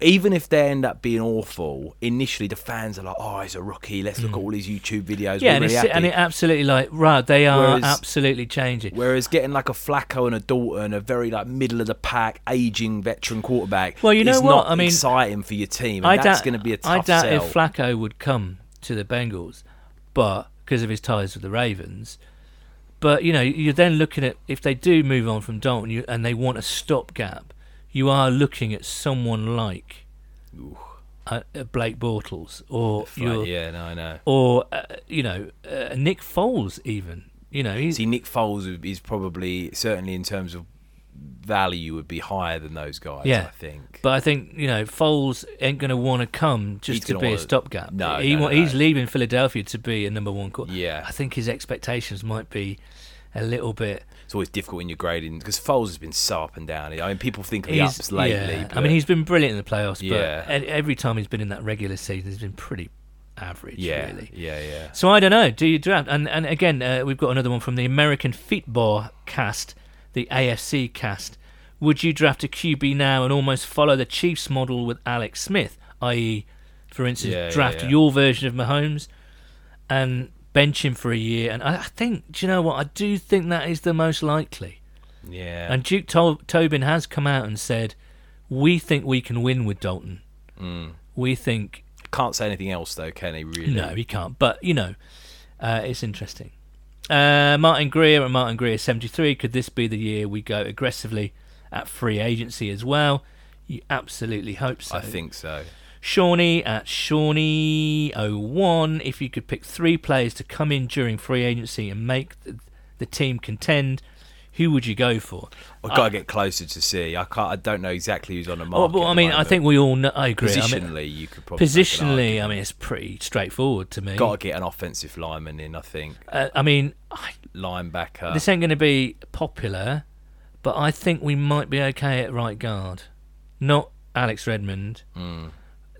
S3: even if they end up being awful, initially the fans are like, "Oh, he's a rookie. Let's look at all his YouTube
S2: Mm.
S3: videos."
S2: Yeah,
S3: We're
S2: and,
S3: really
S2: it's,
S3: happy."
S2: and it absolutely like right. They are
S3: Whereas-
S2: absolutely changing.
S3: Whereas getting like a Flacco and a Dalton, a very like middle of the pack, aging veteran quarterback,
S2: Well, you know
S3: is
S2: what?
S3: not
S2: I mean,
S3: exciting for your team. And that's
S2: doubt-
S3: going to be a
S2: I
S3: tough
S2: doubt
S3: sell.
S2: if Flacco would come to the Bengals, but because of his ties with the Ravens. But you know, you're then looking at if they do move on from Dalton you, and they want a stopgap, you are looking at someone like uh, uh, Blake Bortles or your,
S3: Right, yeah, no, I know.
S2: or uh, you know uh, Nick Foles even. You know, he's,
S3: See, Nick Foles would- is probably certainly in terms of value would be higher than those guys.
S2: Yeah.
S3: I think.
S2: But I think you know Foles ain't going to want to come just
S3: He's
S2: to
S3: gonna
S2: be a
S3: wanna-
S2: stopgap.
S3: No,
S2: he
S3: no, no,
S2: he's
S3: no.
S2: leaving Philadelphia to be a number one. Cor-
S3: Yeah.
S2: I think his expectations might be a little bit.
S3: it's always difficult when you're grading because Foles has been so up and down. I mean, people think of the
S2: he's-
S3: ups lately.
S2: yeah. I
S3: but-
S2: mean, he's been brilliant in the playoffs,
S3: Yeah.
S2: but e- every time he's been in that regular season, he's been pretty average.
S3: yeah,
S2: really.
S3: yeah, yeah.
S2: So I don't know. Do you draft? And and again, uh, we've got another one from the American Football Cast, the AFC Cast. Would you draft a QB now and almost follow the Chiefs model with Alex Smith, i.e., for instance,
S3: Yeah, yeah,
S2: draft
S3: yeah.
S2: your version of Mahomes and bench him for a year? And I, I think, do you know what? I do think that is the most likely.
S3: Yeah.
S2: And Duke Tol- Tobin has come out and said, "We think we can win with Dalton.
S3: Mm.
S2: We think
S3: Can't say anything else though, can he? Really?
S2: no, he can't. But you know, uh, it's interesting. Uh, Martin Greer and Martin Greer seventy three. Could this be the year we go aggressively at free agency as well? You absolutely hope so.
S3: I think so.
S2: Shawnee at Shawnee 01. If you could pick three players to come in during free agency and make the, the team contend, who would you go for?
S3: I've got to get closer to see. I can't. I don't know exactly who's on the
S2: Oh,
S3: market.
S2: Uh, well,
S3: at
S2: I
S3: the
S2: mean, I
S3: moment.
S2: think we all know. I agree. I
S3: positionally,
S2: mean,
S3: you could probably make an argument.
S2: positionally, I mean, it's pretty straightforward to me.
S3: Got to get an offensive lineman in. I think
S2: Uh, I mean, I,
S3: linebacker.
S2: this ain't going to be popular, but
S3: Hmm.
S2: I think we might be okay at right guard. Not Alex Redmond,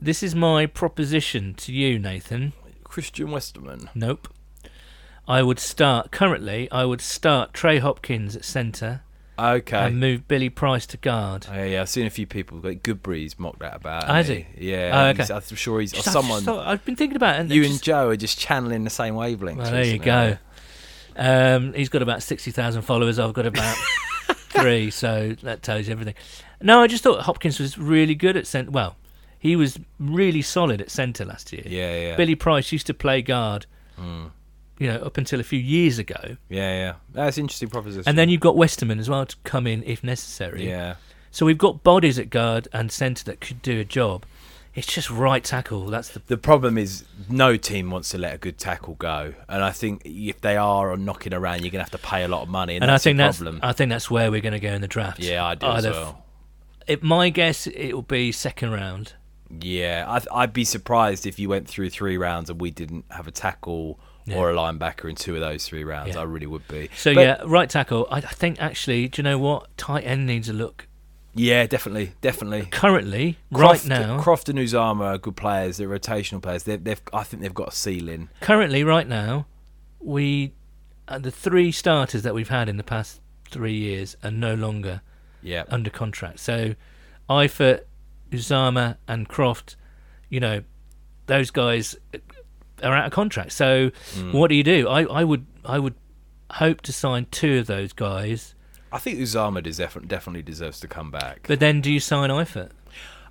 S2: This is my proposition to you, Nathan.
S3: Christian Westerman.
S2: Nope. I would start currently. I would start Trey Hopkins at centre
S3: Okay.
S2: and move Billy Price to guard.
S3: Oh, yeah, yeah, I've seen a few people. Like Goodbury's mocked that about.
S2: Has
S3: hasn't Yeah.
S2: Oh,
S3: and
S2: okay.
S3: he's- I'm sure he's or
S2: Just- I just
S3: someone.
S2: thought- I've been thinking about it. And
S3: You
S2: just-
S3: and Joe are just channeling the same wavelength.
S2: Well, there you go. Um, he's got about sixty thousand followers. I've got about three, so that tells you everything. No, I just thought Hopkins was really good at centre. Well, he was really solid at centre last year.
S3: Yeah, yeah.
S2: Billy Price used to play guard, you know, up until a few years ago,
S3: Yeah, yeah. That's an interesting proposition.
S2: and then you've got Westerman as well to come in if necessary.
S3: Yeah.
S2: So we've got bodies at guard and centre that could do a job. It's just right tackle. That's the
S3: The problem is no team wants to let a good tackle go, and I think if they are or knocking around, you're gonna have to pay a lot of money, and,
S2: and I
S3: that's
S2: think
S3: the
S2: that's Oh,
S3: problem.
S2: I think that's where we're going to go in the draft.
S3: yeah, I do
S2: Either
S3: as well.
S2: It, my guess it will be second round.
S3: Yeah, I'd, I'd be surprised if you went through three rounds and we didn't have a tackle or a linebacker in two of those three rounds.
S2: Yeah.
S3: I really would be.
S2: So
S3: But-
S2: yeah, right tackle. I, I think actually, do you know what? Tight end needs a look
S3: yeah, definitely, definitely.
S2: currently, right
S3: Croft,
S2: now.
S3: Croft and Uzama are good players. They're rotational players. They've, they've, I think they've got a ceiling.
S2: Currently, right now, we uh, the three starters that we've had in the past three years are no longer
S3: Yeah,
S2: under contract. So, Eifert, Uzama, and Croft, you know, those guys are out of contract. So,
S3: Hmm.
S2: what do you do? I, I would I would hope to sign two of those guys,
S3: I think Uzama does def- definitely deserves to come back.
S2: but then do you sign Eifert?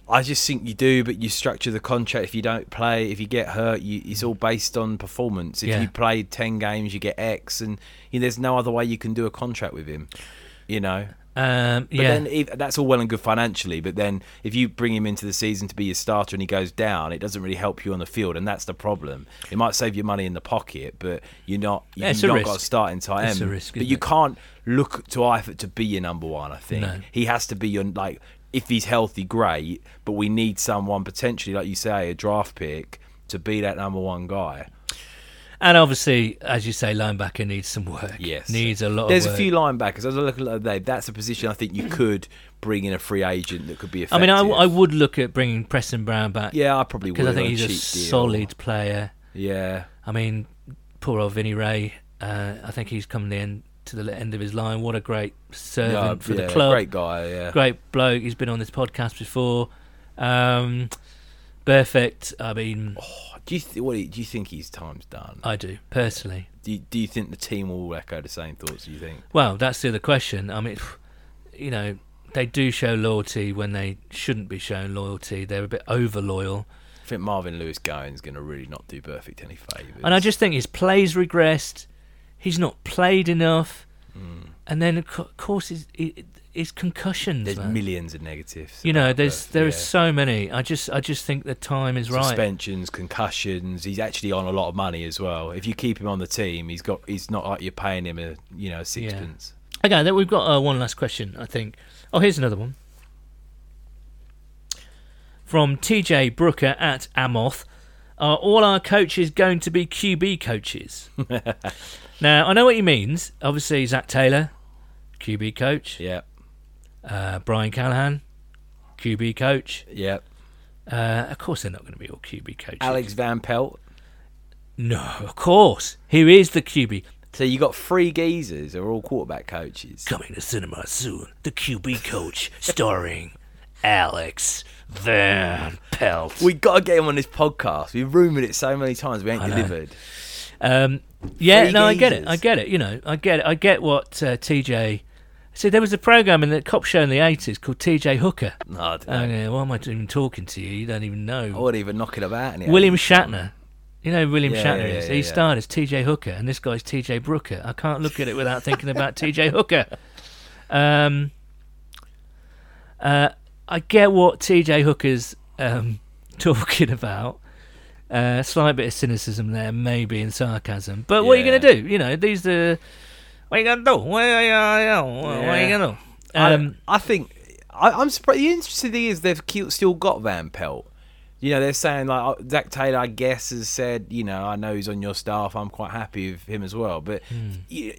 S3: I just think you do, but you structure the contract. If you don't play, if you get hurt, you, it's all based on performance. If
S2: Yeah.
S3: you play ten games, you get X, and you know, there's no other way you can do a contract with him. You know,
S2: Um,
S3: But
S2: yeah.
S3: then if, that's all well and good financially, but then if you bring him into the season to be your starter and he goes down, it doesn't really help you on the field, and that's the problem. It might save you money in the pocket, but you're not you
S2: Yeah, it's
S3: have
S2: a
S3: not
S2: risk.
S3: got a starting time.
S2: It's a risk,
S3: but
S2: isn't
S3: you
S2: it?
S3: can't look to Eifert to be your number one. I think
S2: No.
S3: he has to be your like if he's healthy, great. But we need someone potentially, like you say, a draft pick to be that number one guy.
S2: And obviously, as you say, linebacker needs some work.
S3: Yes,
S2: needs a lot.
S3: There's
S2: of work.
S3: a few linebackers. As I look at that, that's a position I think you could bring in a free agent that could be
S2: I
S3: effective.
S2: mean, I, I would look at bringing Preston Brown back
S3: Yeah, I probably would.
S2: because I think
S3: on
S2: he's a,
S3: cheap deal.
S2: solid player.
S3: Yeah,
S2: I mean, poor old Vinny Ray. Uh, I think he's come the end to the end of his line. What a great servant
S3: yeah,
S2: for
S3: yeah,
S2: the club.
S3: Great guy. Yeah,
S2: Great bloke. He's been on this podcast before. Um, perfect. I mean,
S3: Oh. do you th- what do you, do you think his time's done?
S2: I do personally.
S3: Do you, do you think the team will echo the same thoughts? Do you think?
S2: Well, that's the other question. I mean, you know, they do show loyalty when they shouldn't be shown loyalty. They're a bit over loyal.
S3: I think Marvin Lewis Gowen's going to really not do perfect any favors.
S2: And I just think his play's regressed. He's not played enough.
S3: Hmm.
S2: And then, of co- of course, his, his- his concussions.
S3: there's
S2: man.
S3: millions of negatives.
S2: you know,
S3: about
S2: there's
S3: Burf,
S2: there are
S3: yeah.
S2: so many. I just I just think the time is right.
S3: suspensions, concussions. He's actually on a lot of money as well. If you keep him on the team, he's got. He's not like you're paying him a you know sixpence.
S2: Okay, then we've got uh, one last question. I think. Oh, here's another one from TJ Brooker at Amoth. Are all our coaches going to be QB coaches? now I know what he means. Obviously, Zach Taylor, QB coach.
S3: Yeah,
S2: Uh, Brian Callahan, QB coach.
S3: yeah.
S2: Uh, of course, they're not going to be all QB coaches.
S3: Alex Van Pelt.
S2: No, of course. Who is the QB?
S3: So you got three geezers who are all quarterback coaches.
S2: Coming to cinema soon, The QB Coach, starring Alex Van Pelt.
S3: We got to get him on this podcast. We've rumored it so many times. We ain't
S2: know.
S3: delivered.
S2: Um, yeah,
S3: Three
S2: no, I get it.
S3: geezers.
S2: I get it. You know, I get it. I get what uh, TJ. See, there was a program in the cop show in the 80s called TJ Hooker.
S3: No, I don't
S2: Oh,
S3: know.
S2: yeah, why am I even talking to you? You don't even
S3: I
S2: know.
S3: wouldn't even knock it about. in the
S2: William
S3: 80s.
S2: Shatner. You know who William
S3: Yeah,
S2: Shatner
S3: yeah,
S2: is.
S3: yeah,
S2: he
S3: yeah.
S2: starred as TJ Hooker, and this guy's TJ Brooker. I can't look at it without thinking about TJ Hooker. Um, uh, I get what TJ Hooker's um, talking about. uh, slight bit of cynicism there, maybe, and sarcasm. But what are you
S3: Yeah.
S2: going to do? You know, these are. What are you going to do? What are you, Um, what are you
S3: Yeah.
S2: going to do?
S3: I-
S2: Um,
S3: I, think I, I'm surprised. The interesting thing is they've ke- still got Van Pelt. You know, they're saying like oh, Zach Taylor, I guess, has said, you know, I know he's on your
S2: Hmm.
S3: staff. I'm quite happy with him as well. But you,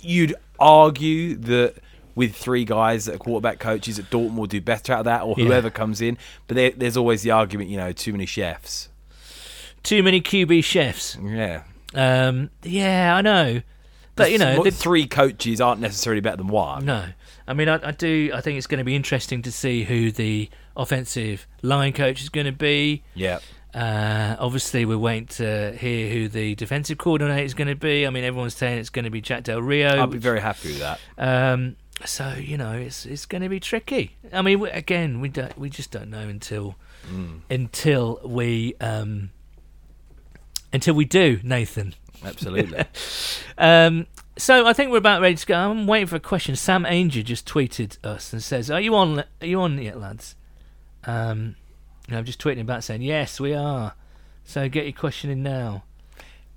S3: you'd argue that with three guys that are quarterback coaches at Dortmund will do better out of that, or
S2: Yeah.
S3: whoever comes in. But there, there's always the argument, you know, too many chefs.
S2: Too many QB chefs.
S3: Yeah.
S2: Um, yeah, I know. But you know,
S3: What-
S2: the,
S3: three coaches aren't necessarily better than one.
S2: no. I mean, I, I do. I think it's going to be interesting to see who the offensive line coach is going to be.
S3: Yeah.
S2: Uh, obviously, we're waiting to hear who the defensive coordinator is going to be. I mean, everyone's saying it's going to be Jack Del Rio.
S3: I'd be very happy with that.
S2: Um, so you know, it's it's going to be tricky. I mean, we, again, we don't, we just don't know until
S3: Mm.
S2: until we um, until we do, Nathan.
S3: Absolutely.
S2: Um, so I think we're about ready to go. I'm waiting for a question. Sam Ainger just tweeted us and says, "Are you on? Are you on yet, lads?" Um, and I'm just tweeting about saying, "Yes, we are." So get your question in now.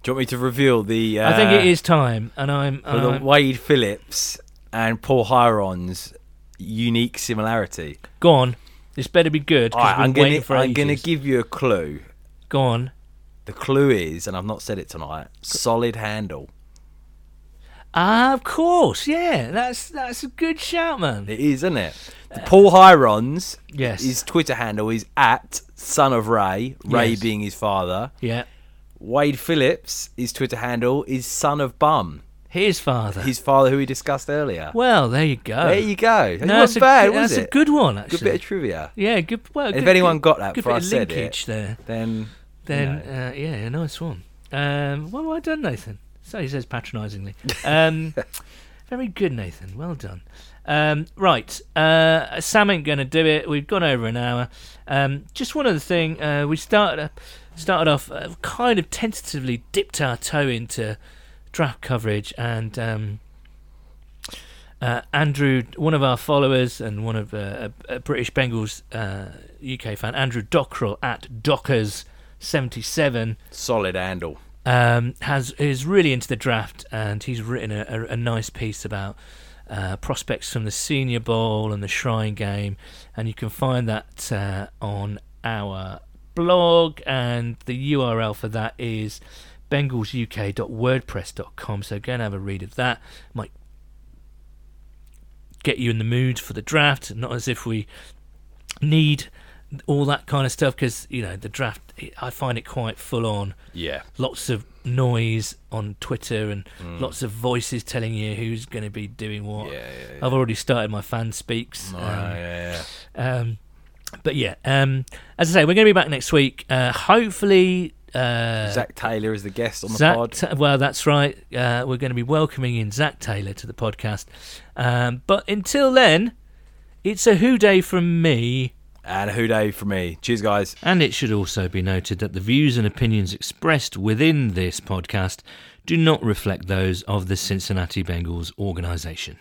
S3: Do you want me to reveal the? Uh,
S2: I think it is uh, time, and I'm.
S3: for the
S2: I'm-
S3: Wade Phillips and Paul Hiron's unique similarity.
S2: go on. This better be good. 'cause
S3: All right,
S2: we're
S3: I'm gonna
S2: waiting for
S3: I'm gonna
S2: ages.
S3: give you a clue.
S2: Go on.
S3: The clue is, and I've not said it tonight. Solid handle.
S2: Ah, of course, yeah. That's that's a good shout, man.
S3: It is, isn't it? The Paul Hiron's
S2: Uh, Yes.
S3: his Twitter handle is at son of Ray. Ray
S2: Yes.
S3: being his father.
S2: Yeah,
S3: Wade Phillips, his Twitter handle is son of bum.
S2: his father.
S3: His father, who we discussed earlier.
S2: well, there you go.
S3: There you go. It
S2: No,
S3: wasn't
S2: that's a,
S3: bad,
S2: good-
S3: was
S2: that's
S3: it?
S2: a good one, actually.
S3: Good bit of trivia.
S2: yeah, good. Well,
S3: If
S2: good-
S3: anyone
S2: good-
S3: got that
S2: good
S3: before
S2: bit
S3: I
S2: of
S3: said it,
S2: linkage there,
S3: Then
S2: then
S3: you
S2: uh, yeah, a nice one. Um, well, well done, Nathan. So he says patronisingly. Um, very good, Nathan. Well done. Um, right, uh, Sam ain't going to do it. We've gone over an hour. Um, just one other thing. Uh, we started uh, started off uh, kind of tentatively dipped our toe into draft coverage, and um, uh, Andrew, one of our followers and one of uh, a, a British Bengals uh, UK fan, Andrew Dockrell at Dockers seventy seven
S3: solid handle.
S2: um, has is really into the draft, and he's written a, a, a nice piece about uh, prospects from the Senior Bowl and the Shrine Game, and you can find that uh, on our blog, and the URL for that is bengalsuk.wordpress.com. So go and have a read of that. Might get you in the mood for the draft. Not as if we need all that kind of stuff because you know the draft. I find it quite full on
S3: Yeah.
S2: lots of noise on Twitter and lots of voices telling you who's going to be doing what.
S3: Mm. Yeah, yeah, Oh,
S2: I've already started my fan speaks. um,
S3: yeah,
S2: um, but yeah, um, as I say, we're going to be back next week. Uh, hopefully, uh,
S3: Zach Taylor is the guest on the
S2: Zach
S3: pod.
S2: Ta- well, that's right. Uh, we're going to be welcoming in Zach Taylor to the podcast. Um, but until then, it's a who day from me.
S3: And who day for me. Cheers, guys.
S2: And it should also be noted that the views and opinions expressed within this podcast do not reflect those of the Cincinnati Bengals organization.